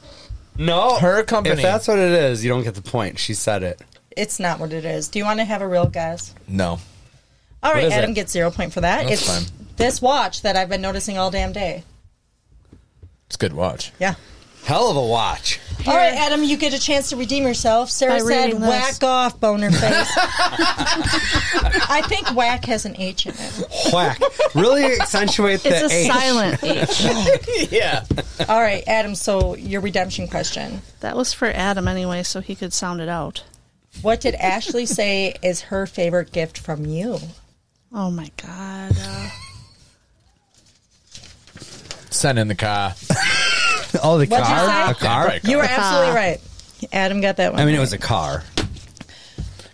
Speaker 1: No.
Speaker 2: Her company.
Speaker 1: If that's what it is, you don't get the point. She said it.
Speaker 4: It's not what it is. Do you want to have a real guess?
Speaker 2: No,
Speaker 4: All right,
Speaker 1: is
Speaker 4: Adam
Speaker 1: it?
Speaker 4: gets zero point for that.
Speaker 2: That's
Speaker 4: it's
Speaker 2: fine.
Speaker 4: this watch that I've been noticing all damn day.
Speaker 2: it's a good watch.
Speaker 4: Yeah.
Speaker 1: Hell of a watch.
Speaker 4: All right, Adam, you get a chance to redeem yourself. Sarah
Speaker 3: By
Speaker 4: said,
Speaker 3: reading this.
Speaker 4: "Whack off, boner face." [laughs] I think "whack" has an H in it.
Speaker 1: Whack. Really
Speaker 3: [laughs]
Speaker 1: accentuate the
Speaker 3: It's a
Speaker 1: H.
Speaker 3: silent
Speaker 1: [laughs]
Speaker 3: H.
Speaker 2: Yeah,
Speaker 4: All right, Adam. So your redemption question:
Speaker 3: That was for Adam anyway, so he could sound it out.
Speaker 4: What did Ashley say is her favorite gift from you?
Speaker 3: Oh my god. Uh,
Speaker 2: send in the car.
Speaker 1: Oh, the
Speaker 4: What'd you
Speaker 1: car?
Speaker 4: say?
Speaker 1: A car?
Speaker 4: You were
Speaker 3: Fuck.
Speaker 4: absolutely right. Adam got that one.
Speaker 1: I mean, it was a car.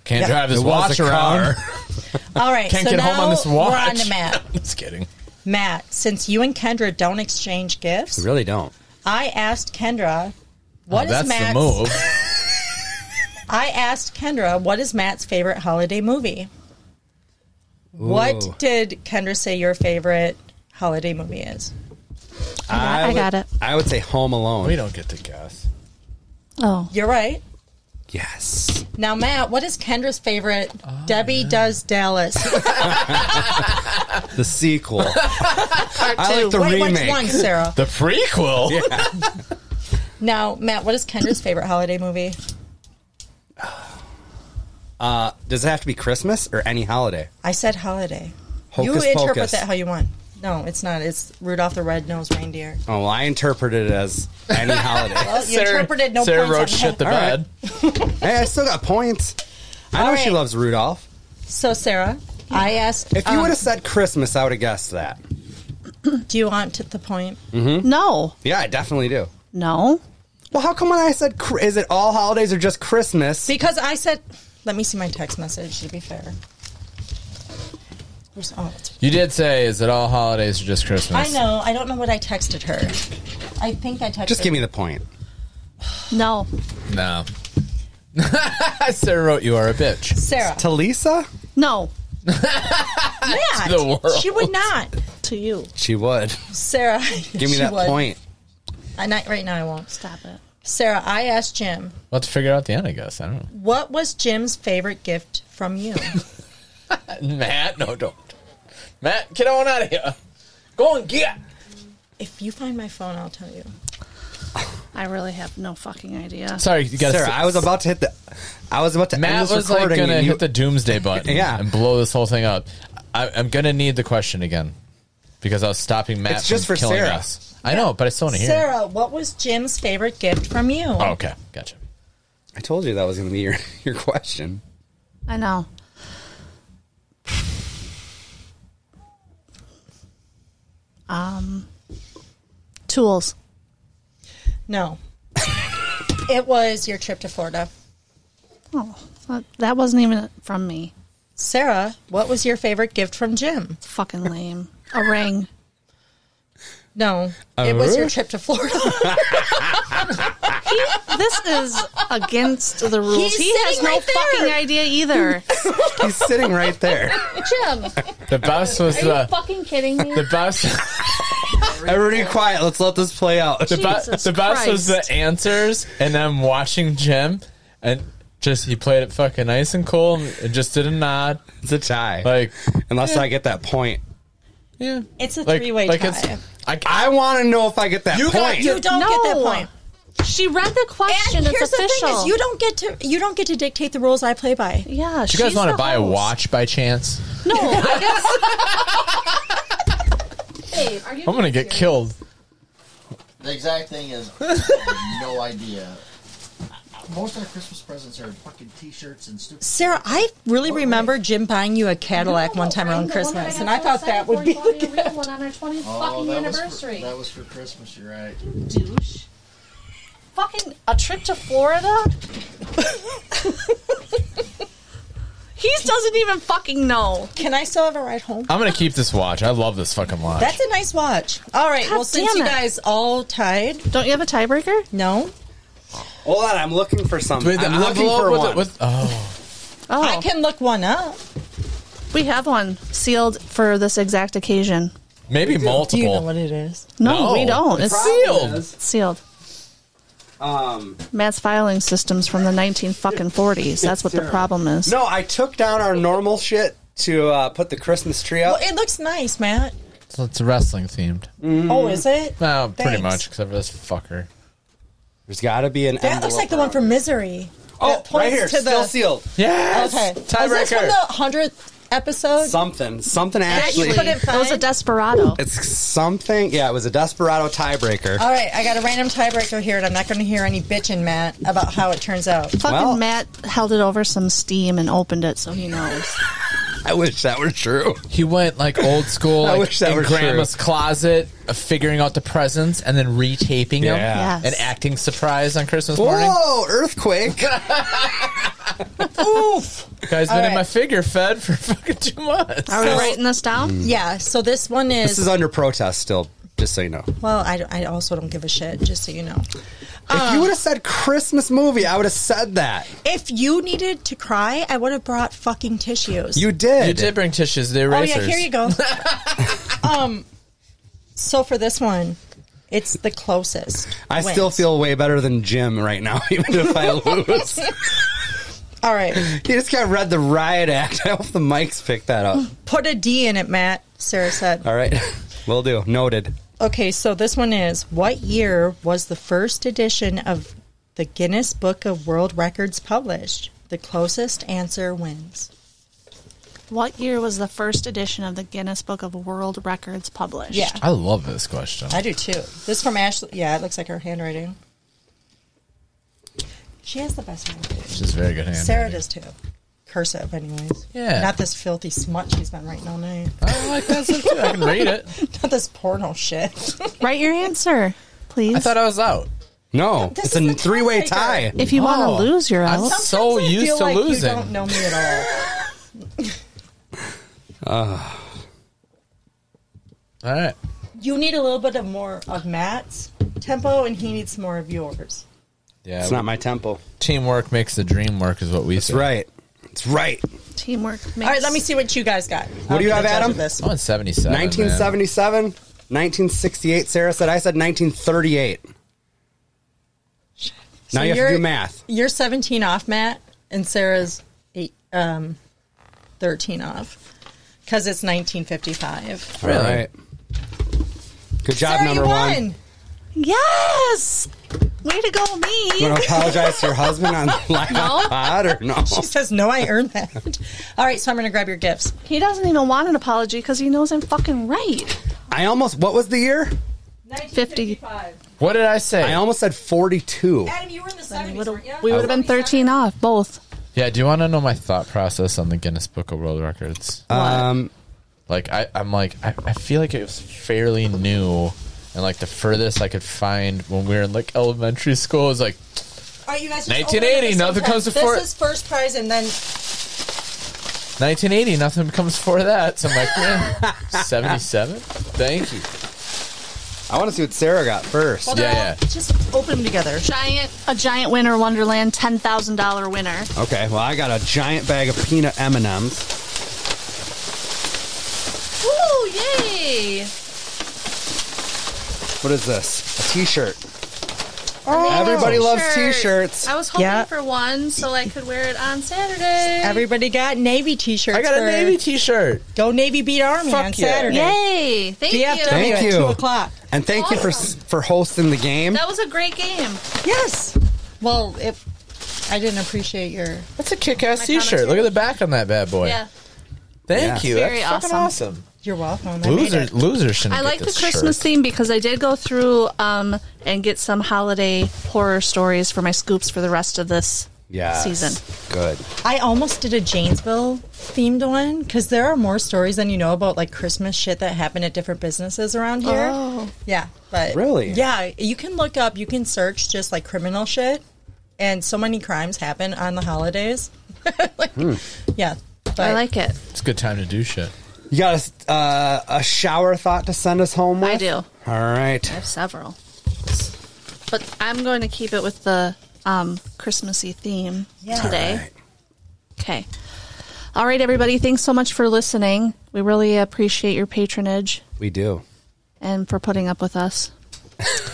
Speaker 2: Can't
Speaker 4: Yeah.
Speaker 2: drive this
Speaker 1: It was
Speaker 2: watch
Speaker 1: a car. [laughs]
Speaker 2: around.
Speaker 4: All right,
Speaker 2: Can't
Speaker 4: so
Speaker 2: get
Speaker 4: now
Speaker 2: home on this watch.
Speaker 4: we're on to Matt.
Speaker 2: [laughs] Just kidding.
Speaker 4: Matt, since you and Kendra don't exchange gifts,
Speaker 1: I really don't.
Speaker 4: I asked Kendra, what
Speaker 2: Oh,
Speaker 4: is
Speaker 2: that's
Speaker 4: Matt's
Speaker 2: the move.
Speaker 4: I asked Kendra, what is Matt's favorite holiday movie?
Speaker 1: Ooh.
Speaker 4: What did Kendra say your favorite holiday movie is?
Speaker 3: I
Speaker 1: would-
Speaker 3: got it.
Speaker 1: I would say Home Alone.
Speaker 2: We don't get to guess.
Speaker 3: Oh,
Speaker 4: You're right.
Speaker 1: Yes.
Speaker 4: Now, Matt, what is Kendra's favorite? Debbie Does
Speaker 1: [laughs]
Speaker 4: Dallas.
Speaker 1: The
Speaker 4: [laughs]
Speaker 1: sequel. I like the
Speaker 4: Wait, which
Speaker 1: remake.
Speaker 4: one, Sarah?
Speaker 2: The prequel.
Speaker 4: Now, Matt, what is Kendra's favorite holiday movie?
Speaker 1: Does it have to be Christmas or any holiday?
Speaker 4: I said holiday. you
Speaker 1: Hocus
Speaker 4: interpret
Speaker 1: Pocus.
Speaker 4: that how you want. No, it's not. It's Rudolph the Red-Nosed Reindeer.
Speaker 1: Oh, well, I interpreted it as any
Speaker 4: [laughs]
Speaker 1: holiday.
Speaker 4: Well, you interpreted no
Speaker 2: [laughs] Sarah
Speaker 4: points
Speaker 2: wrote
Speaker 4: on
Speaker 2: shit
Speaker 4: that.
Speaker 2: the bed.
Speaker 1: hey, I still got points. I know
Speaker 4: All
Speaker 1: she
Speaker 4: right.
Speaker 1: loves Rudolph.
Speaker 4: So, Sarah, I asked
Speaker 1: If you
Speaker 4: um,
Speaker 1: would have said Christmas, I would have guessed that.
Speaker 4: Do you want to the point?
Speaker 1: Hmm?
Speaker 3: no.
Speaker 1: Yeah, I definitely do.
Speaker 3: No.
Speaker 1: Well, how come when I said, cr- is it all holidays or just Christmas?
Speaker 4: Because I said, let me see my text message to be fair. Where's- oh, it's-
Speaker 2: You did say, is it all holidays or just
Speaker 4: I
Speaker 2: Christmas?
Speaker 4: know. I don't know what I texted her. I think I texted
Speaker 1: Just give me the point.
Speaker 3: No.
Speaker 2: No. [laughs] Sarah wrote, you are a bitch.
Speaker 4: Sarah.
Speaker 1: To Lisa?
Speaker 3: No.
Speaker 4: Matt,
Speaker 2: the world.
Speaker 4: She would not.
Speaker 3: To you.
Speaker 1: She would.
Speaker 4: Sarah.
Speaker 1: Give me
Speaker 4: she
Speaker 1: that
Speaker 4: would.
Speaker 1: point.
Speaker 4: I, not, right now, I won't.
Speaker 3: Stop it.
Speaker 4: Sarah, I asked Jim,
Speaker 2: We'll have to figure out the end, I guess. I don't
Speaker 4: what was Jim's favorite gift from
Speaker 1: [laughs]
Speaker 4: you?
Speaker 2: know. Matt, no, don't. Matt, get on out of here. Go and get.
Speaker 4: if you find my phone, I'll tell you.
Speaker 3: I really have no fucking idea.
Speaker 2: Sorry, you got
Speaker 1: Sarah, I was about to hit the. I was about to end
Speaker 2: Matt
Speaker 1: this
Speaker 2: was like
Speaker 1: recording.
Speaker 2: going to
Speaker 1: and you-
Speaker 2: hit the doomsday
Speaker 1: [laughs]
Speaker 2: button
Speaker 1: Yeah.
Speaker 2: and blow this whole thing up. I, I'm going to need the question again because I was stopping Matt
Speaker 1: It's just
Speaker 2: from
Speaker 1: for
Speaker 2: killing
Speaker 1: Sarah.
Speaker 2: us. I know, but I still want to hear. it.
Speaker 4: Sarah, what was Jim's favorite gift from you?
Speaker 2: Oh, okay, gotcha.
Speaker 1: I told you that was going to be your, [laughs] your question.
Speaker 3: I know. Um, tools.
Speaker 4: No. it was your trip to Florida.
Speaker 3: Oh, that- that wasn't even from me.
Speaker 4: Sarah, what was your favorite gift from Jim?
Speaker 3: It's fucking lame. A ring.
Speaker 4: No, it was your trip to Florida.
Speaker 3: This is against the rules.
Speaker 4: He's
Speaker 3: he has
Speaker 4: sitting
Speaker 3: no
Speaker 4: right there.
Speaker 3: fucking idea either.
Speaker 1: He's sitting right
Speaker 4: [laughs]
Speaker 1: there.
Speaker 3: Jim,
Speaker 2: The best was
Speaker 3: are you
Speaker 2: the
Speaker 3: fucking kidding me?
Speaker 2: the best. [laughs]
Speaker 1: Everybody quiet. Let's let this play out. [laughs]
Speaker 2: The, best
Speaker 3: Jesus
Speaker 2: the best was the
Speaker 3: Christ.
Speaker 2: answers, and I'm watching Jim, and just he played it fucking nice and cool, and just did a nod,
Speaker 1: It's a tie.
Speaker 2: like
Speaker 1: Unless I get that point.
Speaker 2: yeah,
Speaker 4: It's a
Speaker 2: like
Speaker 4: three-way
Speaker 2: like
Speaker 4: tie.
Speaker 2: it's- I,
Speaker 1: I want to know if I get that
Speaker 2: You got
Speaker 1: point.
Speaker 4: you don't get that
Speaker 3: No.
Speaker 4: point.
Speaker 3: she read the question.
Speaker 4: And
Speaker 3: it's
Speaker 4: here's the
Speaker 3: official.
Speaker 4: thing: is you don't get to you don't get to dictate the rules I play by.
Speaker 3: yeah,
Speaker 2: do you guys
Speaker 3: she's
Speaker 2: want to
Speaker 3: the
Speaker 2: buy a
Speaker 3: host.
Speaker 2: watch by chance?
Speaker 3: No, I
Speaker 2: [laughs]
Speaker 3: guess. Babe, are you?
Speaker 2: I'm gonna get killed.
Speaker 5: The exact thing is, I
Speaker 6: [laughs]
Speaker 5: have no idea. Most of our Christmas presents are fucking T-shirts and stupid.
Speaker 4: Sarah, I really remember Jim buying you a Cadillac
Speaker 6: No,
Speaker 4: one time
Speaker 6: I-
Speaker 4: around
Speaker 6: the one
Speaker 4: Christmas,
Speaker 6: got
Speaker 4: and I
Speaker 6: so
Speaker 4: thought
Speaker 6: excited
Speaker 4: that would
Speaker 6: for
Speaker 4: be
Speaker 6: is
Speaker 4: the
Speaker 6: buying a real one on our 20th fucking
Speaker 5: Oh, that
Speaker 6: anniversary.
Speaker 5: Was for, that was for Christmas. You're right.
Speaker 6: douche.
Speaker 3: Fucking a trip to Florida? he doesn't even fucking know.
Speaker 4: Can I still have a ride home?
Speaker 2: I'm gonna keep this watch. I love this fucking watch.
Speaker 4: That's a nice watch. All right. well, since
Speaker 3: damn
Speaker 4: you
Speaker 3: it.
Speaker 4: guys all tied,
Speaker 3: Don't you have a tiebreaker?
Speaker 4: no,
Speaker 1: Hold on, I'm looking for something.
Speaker 2: With the
Speaker 1: I'm looking
Speaker 2: envelope
Speaker 1: for
Speaker 2: with the-
Speaker 1: one.
Speaker 2: with-
Speaker 4: [laughs]
Speaker 2: oh,
Speaker 3: Oh,
Speaker 4: I can look one up.
Speaker 3: we have one sealed for this exact occasion.
Speaker 2: maybe multiple.
Speaker 4: Do you know what it is?
Speaker 3: No, we don't.
Speaker 2: It's
Speaker 3: It's
Speaker 2: sealed.
Speaker 3: sealed.
Speaker 1: Um,
Speaker 3: Matt's filing systems from the nineteen fucking forties. That's what the problem is.
Speaker 1: no, I took down our normal shit to uh, put the Christmas tree
Speaker 4: Well,
Speaker 1: up.
Speaker 4: it looks nice, Matt.
Speaker 2: So it's wrestling themed.
Speaker 1: Mm.
Speaker 4: Oh, is it?
Speaker 2: Well, pretty
Speaker 4: Thanks.
Speaker 2: much, except for this fucker.
Speaker 1: There's got to be an.
Speaker 4: That looks like the one from Misery.
Speaker 1: Oh,
Speaker 4: that
Speaker 1: right
Speaker 4: points
Speaker 1: here,
Speaker 4: to the-
Speaker 1: still sealed.
Speaker 2: Yes.
Speaker 4: Okay. Was this from
Speaker 1: Tiebreaker.
Speaker 4: the hundredth episode?
Speaker 1: Something, something
Speaker 4: you
Speaker 1: actually.
Speaker 4: couldn't
Speaker 3: That was a
Speaker 4: find?
Speaker 3: desperado.
Speaker 1: It's something. Yeah, it was a desperado tiebreaker.
Speaker 4: All right, I got a random tiebreaker here, and I'm not going to hear any bitching, Matt, about how it turns out.
Speaker 3: Fucking
Speaker 1: well-
Speaker 3: Matt held it over some steam and opened it, so he knows.
Speaker 1: [laughs] I wish that were true.
Speaker 2: He went like old
Speaker 1: [laughs]
Speaker 2: school,
Speaker 1: I
Speaker 2: like
Speaker 1: wish that
Speaker 2: in
Speaker 1: were true.
Speaker 2: grandma's closet, uh, figuring out the presents and then retaping them
Speaker 1: Yeah.
Speaker 3: Yes.
Speaker 2: and acting surprised on Christmas morning.
Speaker 1: Whoa,
Speaker 4: [laughs]
Speaker 1: earthquake. Oof.
Speaker 2: Guys, been
Speaker 4: All
Speaker 2: in
Speaker 4: right.
Speaker 2: my figure fed for [laughs] fucking two months.
Speaker 3: Are we writing this down?
Speaker 4: Yeah, so this one is,
Speaker 1: This is under protest still, just so you know.
Speaker 4: well, I, don't- I also don't give a shit, just so you know.
Speaker 1: if you would have said Christmas movie, I would have said that.
Speaker 4: If you needed to cry, I would have brought fucking tissues.
Speaker 1: You did.
Speaker 2: You did bring tissues. The
Speaker 4: oh
Speaker 2: erasers.
Speaker 4: yeah, here you
Speaker 1: [laughs]
Speaker 4: go. um, so for this one, it's the closest.
Speaker 1: I
Speaker 4: wins.
Speaker 1: still feel way better than Jim right now, [laughs] even if I lose.
Speaker 4: all right.
Speaker 1: he just got read the riot act. [laughs] I hope the mics picked that [laughs] up.
Speaker 4: Put a D in it, Matt. Sarah said.
Speaker 1: All right. Will do. Noted.
Speaker 4: Okay, so this one is what year was the first edition of the Guinness Book of World Records published? The closest answer wins.
Speaker 3: What year was the first edition of the Guinness Book of World Records published?
Speaker 4: Yeah.
Speaker 2: I love this question.
Speaker 4: I do too. This from Ashley. Yeah, it looks like her handwriting. She has the best handwriting.
Speaker 2: She's very good hand.
Speaker 4: Sarah does too. Cursive, anyways.
Speaker 2: Yeah.
Speaker 4: Not this filthy smut she's been writing all night. [laughs]
Speaker 2: I like that stuff too. I can read it.
Speaker 4: Not this porno shit. [laughs]
Speaker 3: Write your answer, please.
Speaker 2: I thought I was out.
Speaker 1: No,
Speaker 4: This
Speaker 1: it's
Speaker 4: is
Speaker 1: a
Speaker 4: a
Speaker 1: three way tie.
Speaker 4: tiebreaker.
Speaker 3: if you want
Speaker 2: Oh.
Speaker 3: to lose, you're
Speaker 2: I'm
Speaker 3: out.
Speaker 2: s- So
Speaker 4: Sometimes I
Speaker 2: used
Speaker 4: feel
Speaker 2: to
Speaker 4: like
Speaker 2: losing.
Speaker 4: You don't know me at all.
Speaker 2: All right.
Speaker 4: You need a little bit of more of Matt's tempo, and he needs more of yours.
Speaker 2: Yeah.
Speaker 1: It's not my tempo.
Speaker 2: teamwork makes the dream work is what we say.
Speaker 1: It's right. It's right.
Speaker 3: Teamwork makes.
Speaker 4: All right, let me see what you guys got.
Speaker 1: What do you have,
Speaker 4: I'll be the judge
Speaker 1: Adam?
Speaker 4: of This.
Speaker 2: I'm on 77. man.
Speaker 1: 1977, 1968, Sarah said. I said 1938. now you have
Speaker 4: you're-
Speaker 1: to do math.
Speaker 4: You're 17 off, Matt, and Sarah's eight, um, 13 off because it's 1955.
Speaker 2: Really?
Speaker 1: All right. Good job,
Speaker 4: Sarah,
Speaker 1: number
Speaker 4: you
Speaker 1: one.
Speaker 4: won.
Speaker 3: Yes. Way to go,
Speaker 1: You
Speaker 3: me.
Speaker 1: want to apologize to your husband on live on pod or no?
Speaker 4: She says, "No, I earned that." [laughs] All right, so I'm going to grab your gifts.
Speaker 3: He doesn't even want an apology because he knows I'm fucking right.
Speaker 1: I almost. What was the year?
Speaker 3: Fifty.
Speaker 2: What did I say?
Speaker 1: I almost said 42.
Speaker 4: Adam, you were in the
Speaker 3: We would
Speaker 4: 70s,
Speaker 3: have
Speaker 4: weren't ya?
Speaker 3: been 13 off both.
Speaker 2: yeah. Do you want to know my thought process on the Guinness Book of World Records?
Speaker 1: Um,
Speaker 2: like I, I'm like I, I feel like it was fairly new, and like the furthest I could find when we were in like elementary school is like
Speaker 4: All right, you guys. just
Speaker 2: 1980,
Speaker 4: open it at the
Speaker 2: nothing
Speaker 4: same
Speaker 2: comes
Speaker 4: time.
Speaker 2: before it.
Speaker 4: This is first prize, and then
Speaker 2: 1980. Nothing comes before that. So I'm like, man, 77. Thank you.
Speaker 1: I want to see what Sarah got first.
Speaker 4: well,
Speaker 2: Yeah,
Speaker 4: they're all-
Speaker 2: yeah.
Speaker 4: [laughs] Just open them together.
Speaker 3: Giant, a giant winner, Wonderland, ten thousand dollar winner.
Speaker 1: Okay, well, I got a giant bag of peanut M&Ms.
Speaker 6: Ooh, yay!
Speaker 1: What is this? A t-shirt.
Speaker 4: Oh,
Speaker 1: Everybody loves t-shirts.
Speaker 6: I was hoping
Speaker 4: Yeah.
Speaker 6: for one so I could wear it on Saturday.
Speaker 4: Everybody got Navy t-shirts.
Speaker 2: I got
Speaker 4: for-
Speaker 2: a Navy T-shirt.
Speaker 4: Go Navy beat Army
Speaker 2: Fuck
Speaker 4: on
Speaker 2: yeah.
Speaker 4: Saturday.
Speaker 6: Yay! Thank you.
Speaker 4: DFW
Speaker 1: Thank
Speaker 4: at
Speaker 1: you.
Speaker 4: two o'clock.
Speaker 1: And thank you for
Speaker 6: Awesome.
Speaker 1: for hosting the game.
Speaker 6: That was a great game.
Speaker 4: Yes. Well, if I didn't appreciate your
Speaker 2: That's a kick-ass
Speaker 6: My
Speaker 2: T-shirt. Look at the back on that bad boy.
Speaker 6: Yeah.
Speaker 2: Thank
Speaker 1: Yeah.
Speaker 2: you.
Speaker 6: Very
Speaker 2: That's fucking
Speaker 6: awesome.
Speaker 2: awesome.
Speaker 4: you're welcome. I made
Speaker 2: Loser,
Speaker 4: it.
Speaker 2: loser shouldn't.
Speaker 3: I
Speaker 2: get
Speaker 3: like the
Speaker 2: this
Speaker 3: Christmas
Speaker 2: shirt.
Speaker 3: theme because I did go through um, and get some holiday horror stories for my scoops for the rest of this
Speaker 1: Yes.
Speaker 3: season.
Speaker 1: Good.
Speaker 4: I almost did a Janesville themed one because there are more stories than you know about like Christmas shit that happened at different businesses around here.
Speaker 3: Oh.
Speaker 4: Yeah, but
Speaker 1: Really?
Speaker 4: yeah, you can look up, you can search just like criminal shit, and so many crimes happen on the holidays. [laughs] like,
Speaker 1: Hmm.
Speaker 4: Yeah, but
Speaker 3: I like it.
Speaker 2: It's a good time to do shit.
Speaker 1: You got a, uh, a shower thought to send us home with?
Speaker 3: I do.
Speaker 1: All right.
Speaker 3: I have several, but I'm going to keep it with the um, Christmassy theme
Speaker 4: Yeah.
Speaker 3: today. Okay. All right, everybody. Thanks so much for listening. We really appreciate your patronage.
Speaker 1: We do.
Speaker 3: and for putting up with us.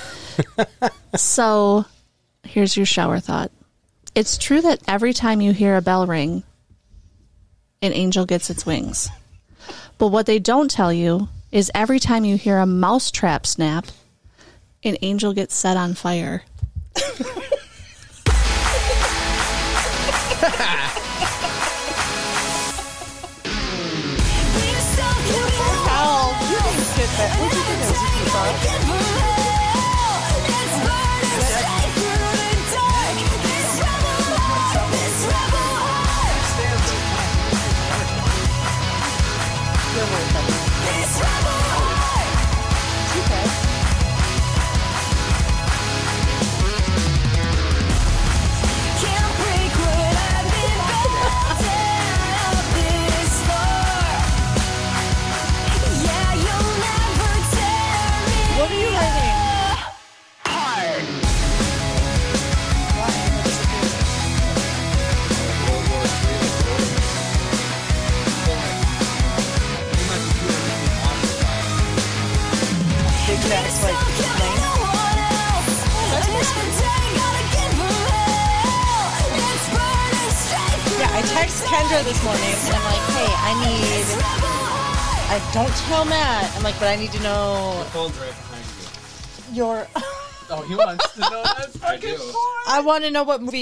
Speaker 3: [laughs] so, here's your shower thought. It's true that every time you hear a bell ring, an angel gets its wings. But what they don't tell you is every time you hear a mousetrap snap, an angel gets set on fire.
Speaker 7: This rebel heart What are you writing?
Speaker 4: Big facts like length.
Speaker 7: Yeah,
Speaker 4: Yeah, I text Kendra this morning and I'm like, hey, I need. I don't tell Matt. I'm like, but I need to know
Speaker 2: Phone's right behind you.
Speaker 4: your.
Speaker 2: Oh, he wants to know that fucking
Speaker 4: I want to know what movie